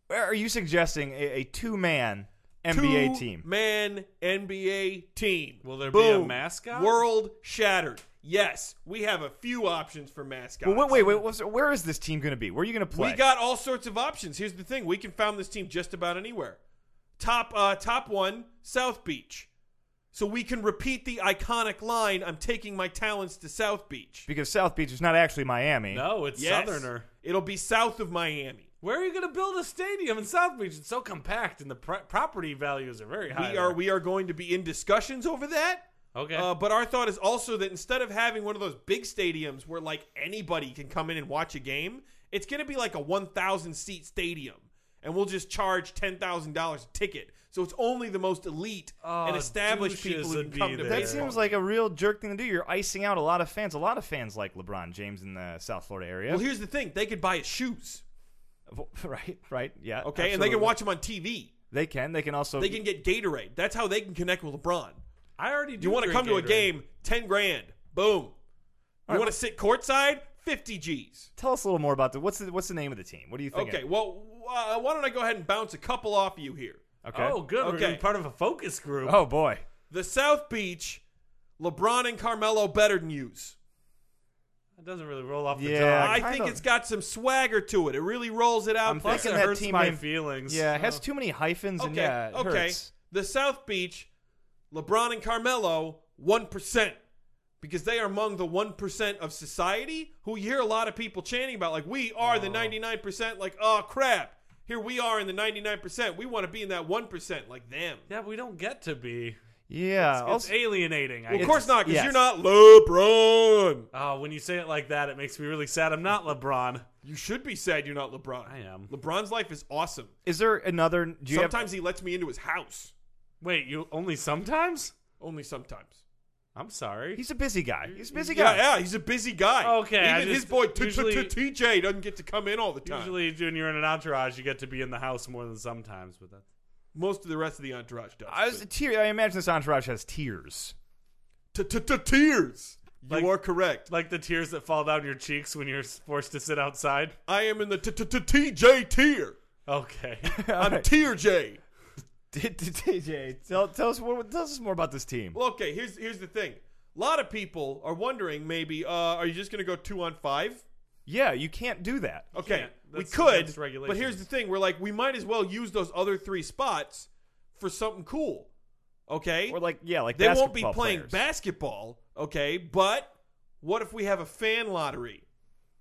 [SPEAKER 4] Are you suggesting a, a two-man NBA
[SPEAKER 2] Two
[SPEAKER 4] team?
[SPEAKER 2] Man NBA team.
[SPEAKER 3] Will there
[SPEAKER 2] Boom.
[SPEAKER 3] be a mascot?
[SPEAKER 2] World shattered. Yes, we have a few options for mascots.
[SPEAKER 4] Well, wait, wait, wait. Where is this team going to be? Where are you going to play?
[SPEAKER 2] We got all sorts of options. Here's the thing: we can found this team just about anywhere. Top, uh, top one, South Beach. So we can repeat the iconic line: "I'm taking my talents to South Beach."
[SPEAKER 4] because South Beach is not actually Miami.
[SPEAKER 3] No, it's
[SPEAKER 2] Yes.
[SPEAKER 3] Southerner.
[SPEAKER 2] It'll be south of Miami.
[SPEAKER 3] Where are you going to build a stadium in South Beach? It's so compact, and the pr- property values are very high.
[SPEAKER 2] We are
[SPEAKER 3] there.
[SPEAKER 2] we are going to be in discussions over that.
[SPEAKER 3] okay.
[SPEAKER 2] Uh, but our thought is also that instead of having one of those big stadiums where like anybody can come in and watch a game, it's going to be like a 1,000 seat stadium, and we'll just charge ten thousand dollars a ticket. So it's only the most elite and
[SPEAKER 3] Oh,
[SPEAKER 2] established
[SPEAKER 3] douches
[SPEAKER 2] people who
[SPEAKER 3] would
[SPEAKER 2] can come
[SPEAKER 3] be
[SPEAKER 2] to.
[SPEAKER 3] there.
[SPEAKER 4] That
[SPEAKER 3] Yeah.
[SPEAKER 4] seems like a real jerk thing to do. You're icing out a lot of fans. A lot of fans like LeBron James in the South Florida area.
[SPEAKER 2] Well, here's the thing: they could buy his shoes,
[SPEAKER 4] right, right, yeah.
[SPEAKER 2] okay, and they can
[SPEAKER 4] absolutely.
[SPEAKER 2] watch him on TV.
[SPEAKER 4] They can. They can also.
[SPEAKER 2] They can get Gatorade. That's how they can connect with LeBron.
[SPEAKER 3] I already. Do
[SPEAKER 2] You want to
[SPEAKER 3] drink
[SPEAKER 2] come to a
[SPEAKER 3] Gatorade.
[SPEAKER 2] game? Ten grand, boom. You
[SPEAKER 4] right,
[SPEAKER 2] want to sit courtside? Fifty G's.
[SPEAKER 4] tell us a little more about the what's the what's the name of the team? What do you think?
[SPEAKER 2] Okay, well, uh, why don't I go ahead and bounce a couple off you here?
[SPEAKER 4] Okay.
[SPEAKER 3] Oh, good. We're
[SPEAKER 2] Okay.
[SPEAKER 3] gonna be part of a focus group.
[SPEAKER 4] Oh, boy.
[SPEAKER 2] The South Beach, LeBron and Carmelo better than yous.
[SPEAKER 3] That doesn't really roll off the
[SPEAKER 4] Yeah,
[SPEAKER 2] I
[SPEAKER 3] tongue.
[SPEAKER 2] think
[SPEAKER 4] kinda.
[SPEAKER 2] it's got some swagger to it. It really rolls it out.
[SPEAKER 4] I'm
[SPEAKER 2] there.
[SPEAKER 3] Plus,
[SPEAKER 4] thinking
[SPEAKER 3] it
[SPEAKER 4] that
[SPEAKER 3] hurts
[SPEAKER 4] team
[SPEAKER 3] my
[SPEAKER 4] name-
[SPEAKER 3] feelings.
[SPEAKER 4] Yeah, it has
[SPEAKER 3] Oh.
[SPEAKER 4] too many hyphens and
[SPEAKER 2] okay,
[SPEAKER 4] yeah, it
[SPEAKER 2] okay.
[SPEAKER 4] hurts.
[SPEAKER 2] The South Beach, LeBron and Carmelo, one percent, because they are among the one percent of society who you hear a lot of people chanting about. Like we are
[SPEAKER 4] Oh.
[SPEAKER 2] the ninety nine percent. Like oh crap, here we are in the ninety nine percent. We want to be in that one percent, like them.
[SPEAKER 3] Yeah, we don't get to be.
[SPEAKER 4] Yeah.
[SPEAKER 3] It's
[SPEAKER 4] also,
[SPEAKER 3] alienating. I
[SPEAKER 2] Uh, Well, of
[SPEAKER 3] guess.
[SPEAKER 2] course not, because
[SPEAKER 4] yes.
[SPEAKER 2] you're not LeBron.
[SPEAKER 3] Oh, when you say it like that, it makes me really sad. I'm not LeBron.
[SPEAKER 2] You should be sad you're not LeBron.
[SPEAKER 3] I am.
[SPEAKER 2] LeBron's life is awesome.
[SPEAKER 4] Is there another? Do you have-
[SPEAKER 2] Sometimes he lets me into his house.
[SPEAKER 3] Wait, you only sometimes?
[SPEAKER 2] Only sometimes.
[SPEAKER 3] I'm sorry.
[SPEAKER 4] he's a busy guy. He's a busy
[SPEAKER 2] Yeah,
[SPEAKER 4] guy.
[SPEAKER 2] yeah, he's a busy guy.
[SPEAKER 3] Okay, I
[SPEAKER 2] Even his
[SPEAKER 3] just-
[SPEAKER 2] boy t- t-
[SPEAKER 3] usually-
[SPEAKER 2] t- TJ doesn't get to come in all the time.
[SPEAKER 3] Usually, when you're in an entourage, you get to be in the house more than sometimes. But that's
[SPEAKER 2] Most of the rest of the entourage does.
[SPEAKER 4] I was a tear. I imagine this entourage has tears.
[SPEAKER 2] but- T- t- t- Tears.
[SPEAKER 3] Like-
[SPEAKER 2] You are correct.
[SPEAKER 3] like the tears that fall down your cheeks when you're forced to sit outside.
[SPEAKER 2] I am in the t- t- t- TJ tier.
[SPEAKER 3] Okay.
[SPEAKER 2] I'm tier J.
[SPEAKER 4] TJ, tell, tell us more. Tell us more about this team.
[SPEAKER 2] Well, okay. Here's here's the thing. A lot of people are wondering. Maybe uh, are you just going to go two on five?
[SPEAKER 4] Yeah, you can't do that.
[SPEAKER 2] Okay,
[SPEAKER 3] can't.
[SPEAKER 2] we
[SPEAKER 3] That's
[SPEAKER 2] could.
[SPEAKER 3] against
[SPEAKER 2] But here's
[SPEAKER 3] regulations.
[SPEAKER 2] the thing. We're like, we might as well use those other three spots for something cool. Okay,
[SPEAKER 4] Or like, yeah, like
[SPEAKER 2] they won't be
[SPEAKER 4] basketball
[SPEAKER 2] playing
[SPEAKER 4] players.
[SPEAKER 2] basketball. Okay, but what if we have a fan lottery?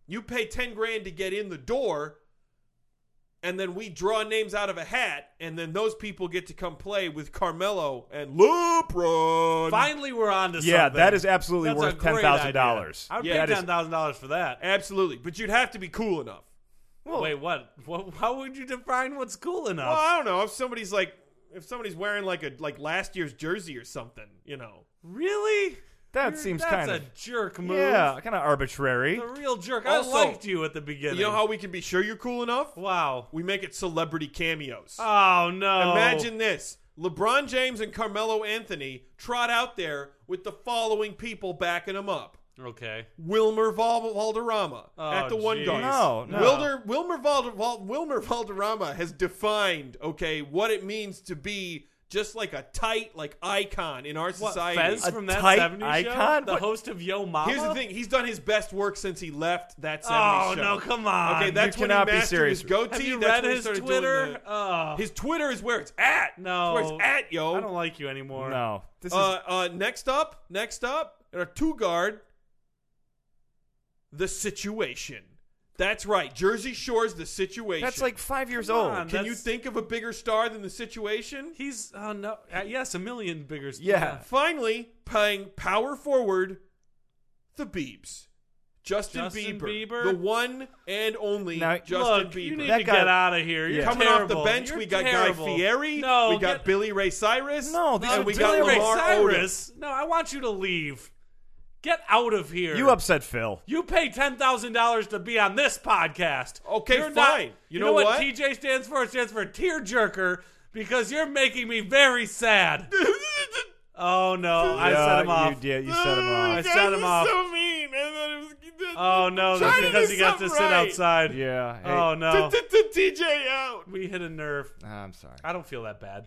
[SPEAKER 2] You pay ten grand to get in the door, and then we draw names out of a hat, and then those people get to come play with Carmelo and LeBron.
[SPEAKER 3] Finally, we're on to something.
[SPEAKER 4] Yeah, that is absolutely
[SPEAKER 3] That's a
[SPEAKER 4] worth
[SPEAKER 3] great
[SPEAKER 4] ten thousand dollars.
[SPEAKER 3] idea. I would
[SPEAKER 2] Yeah,
[SPEAKER 3] pay
[SPEAKER 2] that is-
[SPEAKER 3] ten thousand dollars for that.
[SPEAKER 2] Absolutely, but you'd have to be cool enough.
[SPEAKER 3] Wait, what? what? How would you define what's cool enough?
[SPEAKER 2] Well, Oh, I don't know if somebody's like if somebody's wearing like a like last year's jersey or something, you know.
[SPEAKER 3] Really?
[SPEAKER 4] That
[SPEAKER 3] You're-
[SPEAKER 4] seems
[SPEAKER 3] that's
[SPEAKER 4] kind of
[SPEAKER 3] a jerk move.
[SPEAKER 4] yeah, kind of arbitrary.
[SPEAKER 3] the real jerk.
[SPEAKER 2] Also,
[SPEAKER 3] I liked you at the beginning.
[SPEAKER 2] You know how we can be sure you're cool enough?
[SPEAKER 3] Wow.
[SPEAKER 2] We make it celebrity cameos.
[SPEAKER 3] Oh no!
[SPEAKER 2] Imagine this. LeBron James and Carmelo Anthony trot out there with the following people backing them up.
[SPEAKER 3] Okay.
[SPEAKER 2] Wilmer Val- Valderrama
[SPEAKER 3] Oh,
[SPEAKER 2] at the one
[SPEAKER 3] geez.
[SPEAKER 2] guard.
[SPEAKER 4] No, no.
[SPEAKER 2] Wilder, Wilmer, Valder, Val, Wilmer Valderrama has defined, okay, what it means to be just like a tight, like icon in our
[SPEAKER 3] What,
[SPEAKER 2] society.
[SPEAKER 3] Fez
[SPEAKER 4] A
[SPEAKER 3] from that
[SPEAKER 4] tight
[SPEAKER 3] 70s
[SPEAKER 4] icon?
[SPEAKER 3] show? The
[SPEAKER 4] What-
[SPEAKER 3] host of Yo Mama?
[SPEAKER 2] Here's the thing: he's done his best work since he left that 70s
[SPEAKER 3] Oh,
[SPEAKER 2] show.
[SPEAKER 3] no, come on.
[SPEAKER 2] Okay, that's
[SPEAKER 4] You
[SPEAKER 2] when he
[SPEAKER 4] cannot be
[SPEAKER 2] mastered
[SPEAKER 4] serious.
[SPEAKER 2] his goatee.
[SPEAKER 3] Have you
[SPEAKER 2] that's
[SPEAKER 3] read
[SPEAKER 2] when he
[SPEAKER 3] his
[SPEAKER 2] started doing
[SPEAKER 3] Twitter?
[SPEAKER 2] the-
[SPEAKER 3] Oh,
[SPEAKER 2] his Twitter is where it's at.
[SPEAKER 3] No.
[SPEAKER 2] It's where it's at, yo.
[SPEAKER 3] I don't like you anymore.
[SPEAKER 4] No, this is
[SPEAKER 2] uh, uh, next up, next up, our two guard, the situation. That's right, Jersey Shore's the situation.
[SPEAKER 4] that's like five years
[SPEAKER 3] Come
[SPEAKER 4] old.
[SPEAKER 3] on.
[SPEAKER 2] Can you
[SPEAKER 3] that's-
[SPEAKER 2] think of a bigger star than the situation?
[SPEAKER 3] He's, oh, no. Uh, yes, a million bigger. st-
[SPEAKER 4] Yeah.
[SPEAKER 2] Finally, playing power forward, the Beebs. Justin,
[SPEAKER 3] Justin
[SPEAKER 2] Bieber,
[SPEAKER 3] Bieber?
[SPEAKER 2] the one and only
[SPEAKER 4] Now,
[SPEAKER 2] Justin
[SPEAKER 3] Look,
[SPEAKER 2] Bieber.
[SPEAKER 3] you need
[SPEAKER 4] That
[SPEAKER 3] to
[SPEAKER 4] guy-
[SPEAKER 3] get out of here. You're
[SPEAKER 4] Yeah.
[SPEAKER 2] Coming
[SPEAKER 3] terrible.
[SPEAKER 2] off the bench,
[SPEAKER 3] You're
[SPEAKER 2] we got
[SPEAKER 3] terrible.
[SPEAKER 2] Guy Fieri.
[SPEAKER 3] No,
[SPEAKER 2] we
[SPEAKER 3] get-
[SPEAKER 2] got Billy Ray Cyrus.
[SPEAKER 4] No, these
[SPEAKER 2] and
[SPEAKER 4] are
[SPEAKER 2] we
[SPEAKER 4] Billy
[SPEAKER 2] got
[SPEAKER 4] Ray
[SPEAKER 2] Lamar Odom.
[SPEAKER 3] Cyrus. No, I want you to leave. Get out of here.
[SPEAKER 4] you upset Phil.
[SPEAKER 3] You pay ten thousand dollars to be on this podcast.
[SPEAKER 2] Okay,
[SPEAKER 3] You're
[SPEAKER 2] fine.
[SPEAKER 3] you,
[SPEAKER 2] You
[SPEAKER 3] know,
[SPEAKER 2] know
[SPEAKER 3] what?
[SPEAKER 2] what?
[SPEAKER 3] TJ stands for? It stands for tearjerker because you're making me very sad. oh no, I
[SPEAKER 4] Yeah,
[SPEAKER 3] set him off.
[SPEAKER 4] You did. You set him
[SPEAKER 3] I
[SPEAKER 4] off.
[SPEAKER 3] set him off.
[SPEAKER 2] so mean. I thought it was.
[SPEAKER 3] Oh no, that's
[SPEAKER 2] Try to
[SPEAKER 3] because
[SPEAKER 2] do
[SPEAKER 3] he got to
[SPEAKER 2] something
[SPEAKER 3] sit
[SPEAKER 2] right.
[SPEAKER 3] outside.
[SPEAKER 4] Yeah. hey,
[SPEAKER 3] Oh no,
[SPEAKER 2] TJ out.
[SPEAKER 3] we hit a nerve.
[SPEAKER 4] I'm sorry.
[SPEAKER 3] I don't feel that bad.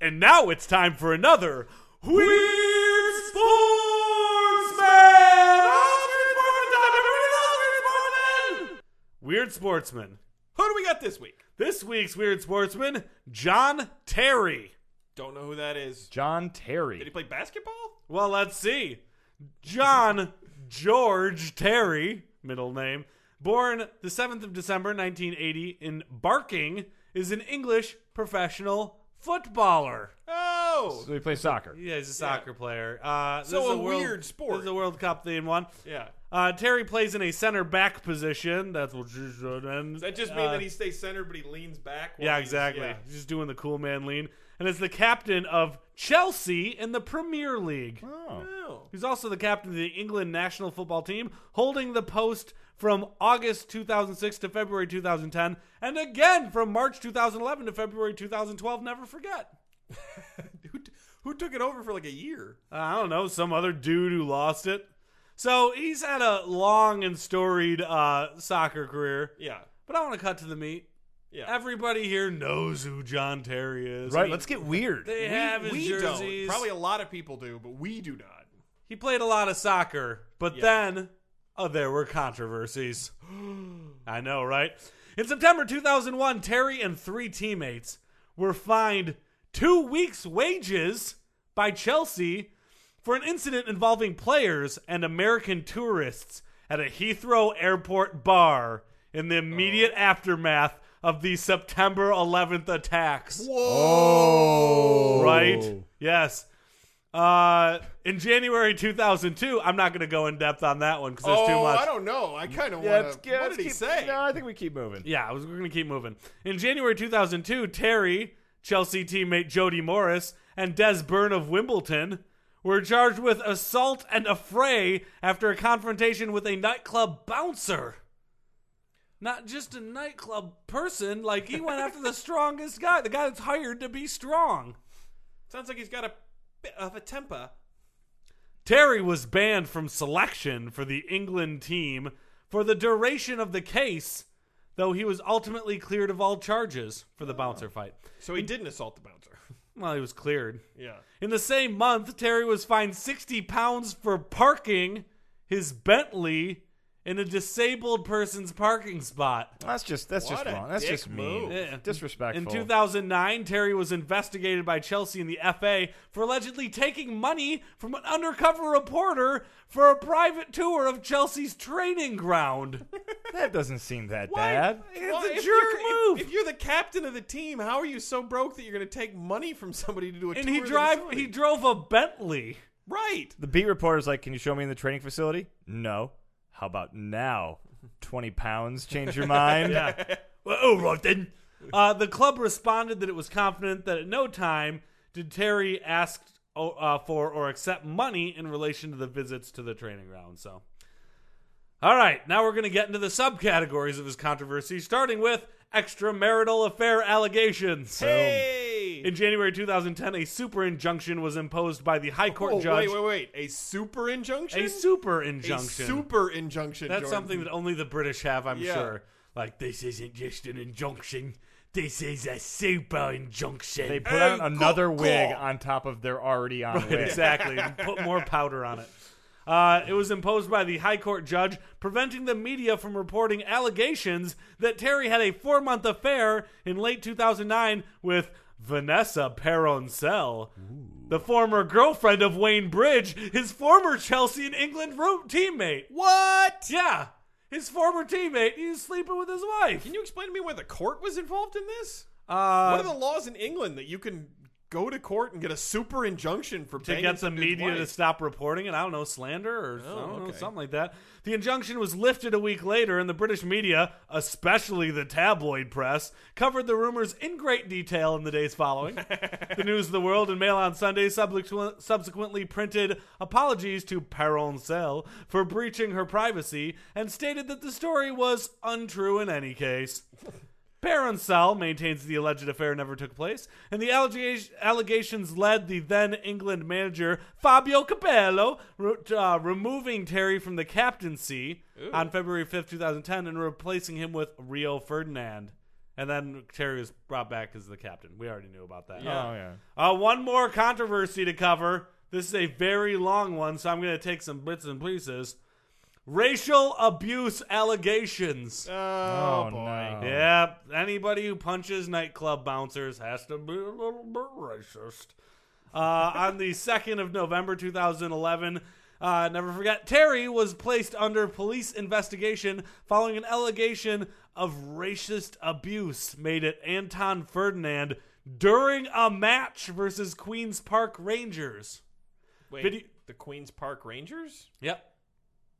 [SPEAKER 3] And now it's time for another Weird Sportsman! Weird Sportsman.
[SPEAKER 2] Who do we got this week?
[SPEAKER 3] This week's Weird Sportsman, John Terry.
[SPEAKER 2] Don't know who that is.
[SPEAKER 4] John
[SPEAKER 2] Did he
[SPEAKER 4] Terry.
[SPEAKER 2] play basketball?
[SPEAKER 3] Well, let's see. John George Terry, middle name, born the 7th of December 1980 in Barking, is an English professional footballer.
[SPEAKER 2] Oh,
[SPEAKER 4] So he plays soccer.
[SPEAKER 3] Yeah, he's a soccer player. Uh, this
[SPEAKER 2] So a
[SPEAKER 3] is World-
[SPEAKER 2] weird sport.
[SPEAKER 3] This is a World Cup themed one.
[SPEAKER 2] yeah.
[SPEAKER 3] Uh, Terry plays in a center back position. That's what. Does
[SPEAKER 2] Does that just mean that he stays centered, but he leans back? while
[SPEAKER 3] Uh, Yeah,
[SPEAKER 2] he's-
[SPEAKER 3] exactly.
[SPEAKER 2] yeah.
[SPEAKER 3] He's just doing the cool man lean, and is the captain of Chelsea in the Premier League.
[SPEAKER 4] Oh.
[SPEAKER 2] Oh.
[SPEAKER 3] He's also the captain of the England national football team, holding the post from August 2006 to February 2010, and again from March 2011 to February 2012. Never forget.
[SPEAKER 2] Who, t- who took it over for like a year?
[SPEAKER 3] Uh, I don't know, some other dude who lost it. So he's had a long and storied uh, soccer career,
[SPEAKER 2] Yeah.
[SPEAKER 3] but I want to cut to the meat.
[SPEAKER 2] Yeah.
[SPEAKER 3] Everybody here knows who John Terry is.
[SPEAKER 4] right?
[SPEAKER 3] I mean,
[SPEAKER 4] Let's get weird.
[SPEAKER 3] they
[SPEAKER 2] We,
[SPEAKER 3] have his
[SPEAKER 2] we
[SPEAKER 3] jerseys.
[SPEAKER 2] don't. Probably a lot of people do, but we do not.
[SPEAKER 3] he played a lot of soccer, but
[SPEAKER 2] Yeah.
[SPEAKER 3] then oh, there were controversies. I know, right? In September 2001, Terry and three teammates were fined two weeks' wages by Chelsea for an incident involving players and American tourists at a Heathrow Airport bar in the immediate aftermath of the September 11th attacks.
[SPEAKER 4] Oh,
[SPEAKER 3] Right? Yes. Uh, in January 2002, I'm not going to go in depth on that one because there's
[SPEAKER 2] oh,
[SPEAKER 3] too much.
[SPEAKER 2] I don't know. I kind of
[SPEAKER 4] Yeah,
[SPEAKER 2] want
[SPEAKER 4] let's,
[SPEAKER 2] to.
[SPEAKER 4] yeah,
[SPEAKER 2] what
[SPEAKER 4] let's
[SPEAKER 2] did he
[SPEAKER 4] keep-
[SPEAKER 2] say?
[SPEAKER 4] No, I think we keep moving.
[SPEAKER 3] Yeah, I was going to keep moving. In January 2002, Terry, Chelsea teammate Jody Morris, and Des Byrne of Wimbledon were charged with assault and affray after a confrontation with a nightclub bouncer. Not just a nightclub person, like he went after the strongest guy, the guy that's hired to be strong.
[SPEAKER 2] Sounds like he's got a bit of a temper.
[SPEAKER 3] Terry was banned from selection for the England team for the duration of the case, though he was ultimately cleared of all charges for the bouncer fight.
[SPEAKER 2] So he didn't assault the bouncer.
[SPEAKER 3] Well, he was cleared.
[SPEAKER 2] Yeah.
[SPEAKER 3] In the same month, Terry was fined 60 pounds for parking his Bentley in a disabled person's parking spot.
[SPEAKER 4] That's just that's
[SPEAKER 2] What
[SPEAKER 4] just
[SPEAKER 2] a
[SPEAKER 4] wrong. That's
[SPEAKER 2] dick
[SPEAKER 4] just mean.
[SPEAKER 2] move.
[SPEAKER 3] Yeah. In
[SPEAKER 4] Disrespectful.
[SPEAKER 3] 2009, Terry was investigated by Chelsea and the FA for allegedly taking money from an undercover reporter for a private tour of Chelsea's training ground.
[SPEAKER 4] that doesn't seem that
[SPEAKER 2] Why-
[SPEAKER 4] bad.
[SPEAKER 3] It's
[SPEAKER 2] why-
[SPEAKER 3] a
[SPEAKER 2] if
[SPEAKER 3] jerk
[SPEAKER 2] you're- if-
[SPEAKER 3] move.
[SPEAKER 2] If, you're the captain of the team, how are you so broke that you're going to take money from somebody to do a
[SPEAKER 3] and
[SPEAKER 2] tour
[SPEAKER 3] he
[SPEAKER 2] of the
[SPEAKER 3] drive
[SPEAKER 2] facility?
[SPEAKER 3] he drove a Bentley.
[SPEAKER 2] right.
[SPEAKER 4] The beat reporter's like, "Can you show me in the training facility?" No. How about now? Twenty pounds. Change your mind.
[SPEAKER 3] Yeah. well, all right then. Uh, the club responded that it was confident that at no time did Terry ask o- uh, for or accept money in relation to the visits to the training ground. So, all right, now we're going to get into the subcategories of his controversy, starting with extramarital affair allegations.
[SPEAKER 2] Hey.
[SPEAKER 3] In January 2010, a super injunction was imposed by the High Court
[SPEAKER 2] Oh,
[SPEAKER 3] judge.
[SPEAKER 2] Wait, wait, wait. A super injunction?
[SPEAKER 3] A super
[SPEAKER 2] A
[SPEAKER 3] injunction.
[SPEAKER 2] super injunction.
[SPEAKER 3] That's
[SPEAKER 2] Jordan.
[SPEAKER 3] something that only the British have, I'm
[SPEAKER 2] Yeah.
[SPEAKER 3] sure. Like this isn't just an injunction. This is a super injunction.
[SPEAKER 4] They put on
[SPEAKER 2] Hey,
[SPEAKER 4] another
[SPEAKER 2] go- go.
[SPEAKER 4] wig on top of their already on wig.
[SPEAKER 3] exactly. and put more powder on it. Uh, it was imposed by the High Court judge, preventing the media from reporting allegations that Terry had a four month affair in late 2009 with Vanessa Peroncel, the former girlfriend of Wayne Bridge, his former Chelsea and England root teammate.
[SPEAKER 2] What?
[SPEAKER 3] Yeah, his former teammate. He was sleeping with his wife.
[SPEAKER 2] Can you explain to me why the court was involved in this?
[SPEAKER 3] Uh,
[SPEAKER 2] what are the laws in England that you can go to court and get a super injunction for
[SPEAKER 3] to
[SPEAKER 2] banging
[SPEAKER 3] get the
[SPEAKER 2] some dude's
[SPEAKER 3] media to
[SPEAKER 2] wife? Oh,
[SPEAKER 3] stop reporting it. I don't know, slander or I don't know,
[SPEAKER 2] okay.
[SPEAKER 3] something like that. The injunction was lifted a week later, and the British media, especially the tabloid press, covered the rumors in great detail in the days following. the News of the World and Mail on Sunday subsequent- subsequently printed apologies to Peroncel for breaching her privacy and stated that the story was untrue in any case. Peroncel maintains the alleged affair never took place, and the allega- allegations led the then England manager Fabio Capello re- uh, removing Terry from the captaincy on February 5th, 2010, and replacing him with Rio Ferdinand. And then Terry was brought back as the captain. We already knew about that.
[SPEAKER 4] Oh yeah.
[SPEAKER 3] Uh, one more controversy to cover. This is a very long one, so I'm going to take some bits and pieces. Racial abuse allegations.
[SPEAKER 2] Oh,
[SPEAKER 4] Oh,
[SPEAKER 2] boy.
[SPEAKER 4] no.
[SPEAKER 3] Yeah, anybody who punches nightclub bouncers has to be a little bit racist. Uh, on the 2nd of November 2011, uh, never forget, Terry was placed under police investigation following an allegation of racist abuse made at Anton Ferdinand during a match versus Queen's Park Rangers.
[SPEAKER 2] Wait,
[SPEAKER 3] Video-
[SPEAKER 2] the Queens Park Rangers?
[SPEAKER 3] Yep.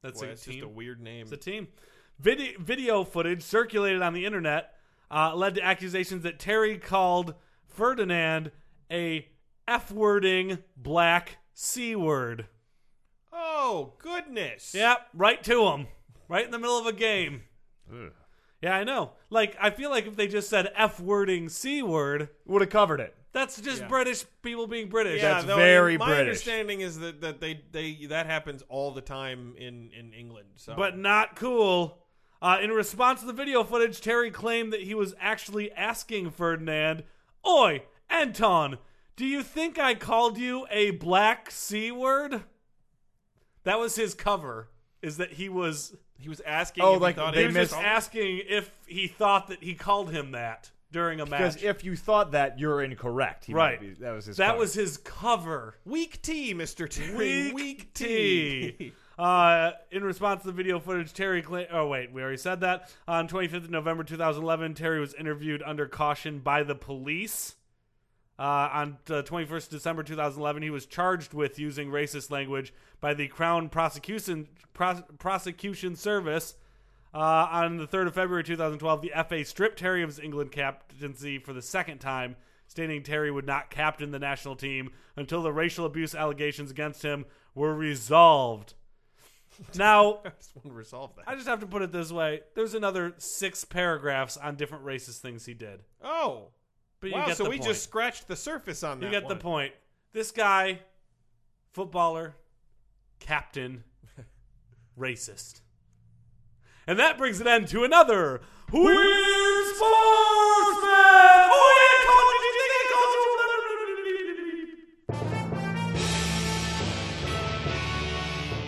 [SPEAKER 3] That's
[SPEAKER 2] Boy,
[SPEAKER 3] a
[SPEAKER 2] that's
[SPEAKER 3] team.
[SPEAKER 2] just a weird name.
[SPEAKER 3] It's a team. Video, video footage circulated on the internet uh, led to accusations that Terry called Ferdinand a f wording black c word.
[SPEAKER 2] oh, goodness.
[SPEAKER 3] Yep, right to him, right in the middle of a game. Yeah, I know. Like, I feel like if they just said f wording c word,
[SPEAKER 4] Would have covered it.
[SPEAKER 3] that's just
[SPEAKER 2] Yeah.
[SPEAKER 3] British people being British.
[SPEAKER 2] Yeah,
[SPEAKER 4] That's
[SPEAKER 2] though,
[SPEAKER 4] very
[SPEAKER 2] my
[SPEAKER 4] British.
[SPEAKER 2] understanding is that, that they, they that happens all the time in, in England. So
[SPEAKER 3] but not cool. Uh, in response to the video footage, Terry claimed that he was actually asking Ferdinand, Oi, Anton, do you think I called you a black C word? That was his cover, is that he was
[SPEAKER 2] He was asking.
[SPEAKER 4] Oh,
[SPEAKER 2] if he
[SPEAKER 4] like,
[SPEAKER 2] thought
[SPEAKER 4] they
[SPEAKER 2] he was
[SPEAKER 4] missed-
[SPEAKER 2] just-
[SPEAKER 3] asking if he thought that he called him that during a
[SPEAKER 4] Because
[SPEAKER 3] match.
[SPEAKER 4] if you thought that, you're incorrect. He
[SPEAKER 3] right.
[SPEAKER 4] might be- that was his.
[SPEAKER 3] that
[SPEAKER 4] cover.
[SPEAKER 3] was his cover.
[SPEAKER 2] Weak tea, Mister Terry.
[SPEAKER 3] Weak,
[SPEAKER 2] Weak,
[SPEAKER 3] tea. Uh, in response to the video footage, Terry. Cla- oh wait, we already said that. On 25th of November 2011, Terry was interviewed under caution by the police. Uh, on uh, 21st December 2011, he was charged with using racist language by the Crown Prosecution Pros- Prosecution Service. Uh, on the 3rd of February 2012, the FA stripped Terry of his England captaincy for the second time, stating Terry would not captain the national team until the racial abuse allegations against him were resolved. Now,
[SPEAKER 2] I just want to resolve that.
[SPEAKER 3] I just have to put it this way there's another six paragraphs on different racist things he did.
[SPEAKER 2] oh,
[SPEAKER 3] But you
[SPEAKER 2] wow!
[SPEAKER 3] get
[SPEAKER 2] So
[SPEAKER 3] the
[SPEAKER 2] we
[SPEAKER 3] point.
[SPEAKER 2] just scratched the surface on that.
[SPEAKER 3] You get the
[SPEAKER 2] one.
[SPEAKER 3] point. This guy, footballer, captain, racist. And that brings an end to another Weird Sportsman! Oh, yeah, Colin, did you think I called you?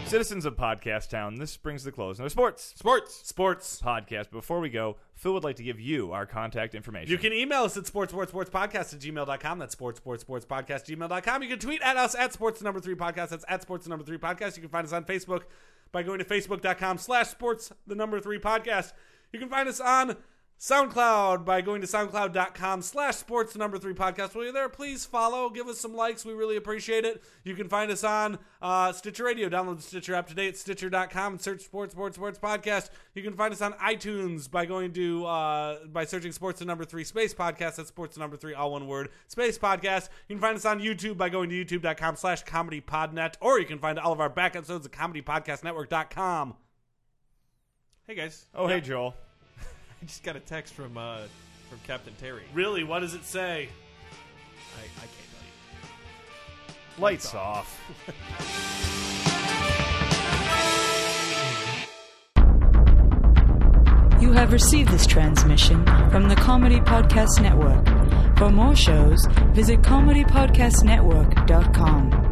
[SPEAKER 4] citizens of Podcast Town. This brings the close. No sports
[SPEAKER 2] Sports.
[SPEAKER 3] Sports.
[SPEAKER 4] podcast. Before we go, Phil would like to give you our contact information.
[SPEAKER 3] You can email us at sports, sports, sports podcast at gmail.com. That's sports, sports, sports podcast at gmail.com. You can tweet at us at sports number three podcast. That's at sports number three podcast. You can find us on Facebook by going to facebook.com slash sports the number three podcast. You can find us on SoundCloud by going to soundcloud.com slash sports number three podcast. While you're there, please follow, give us some likes. We really appreciate it. You can find us on uh, Stitcher Radio. Download the Stitcher app today at stitcher.com and search sports, sports, sports podcast. You can find us on iTunes by going to, uh, by searching sports the number three space podcast. That's sports the number three, all one word, space podcast. You can find us on YouTube by going to youtube.com slash comedy podnet, or you can find all of our back episodes at comedypodcastnetwork.com.
[SPEAKER 2] Hey guys,
[SPEAKER 4] Oh, hey, Joel.
[SPEAKER 2] I just got a text from uh from Captain Terry.
[SPEAKER 3] Really, what does it say?
[SPEAKER 2] I, I can't tell you.
[SPEAKER 4] Lights off.
[SPEAKER 5] You have received this transmission from the Comedy Podcast Network. For more shows, visit comedypodcastnetwork.com.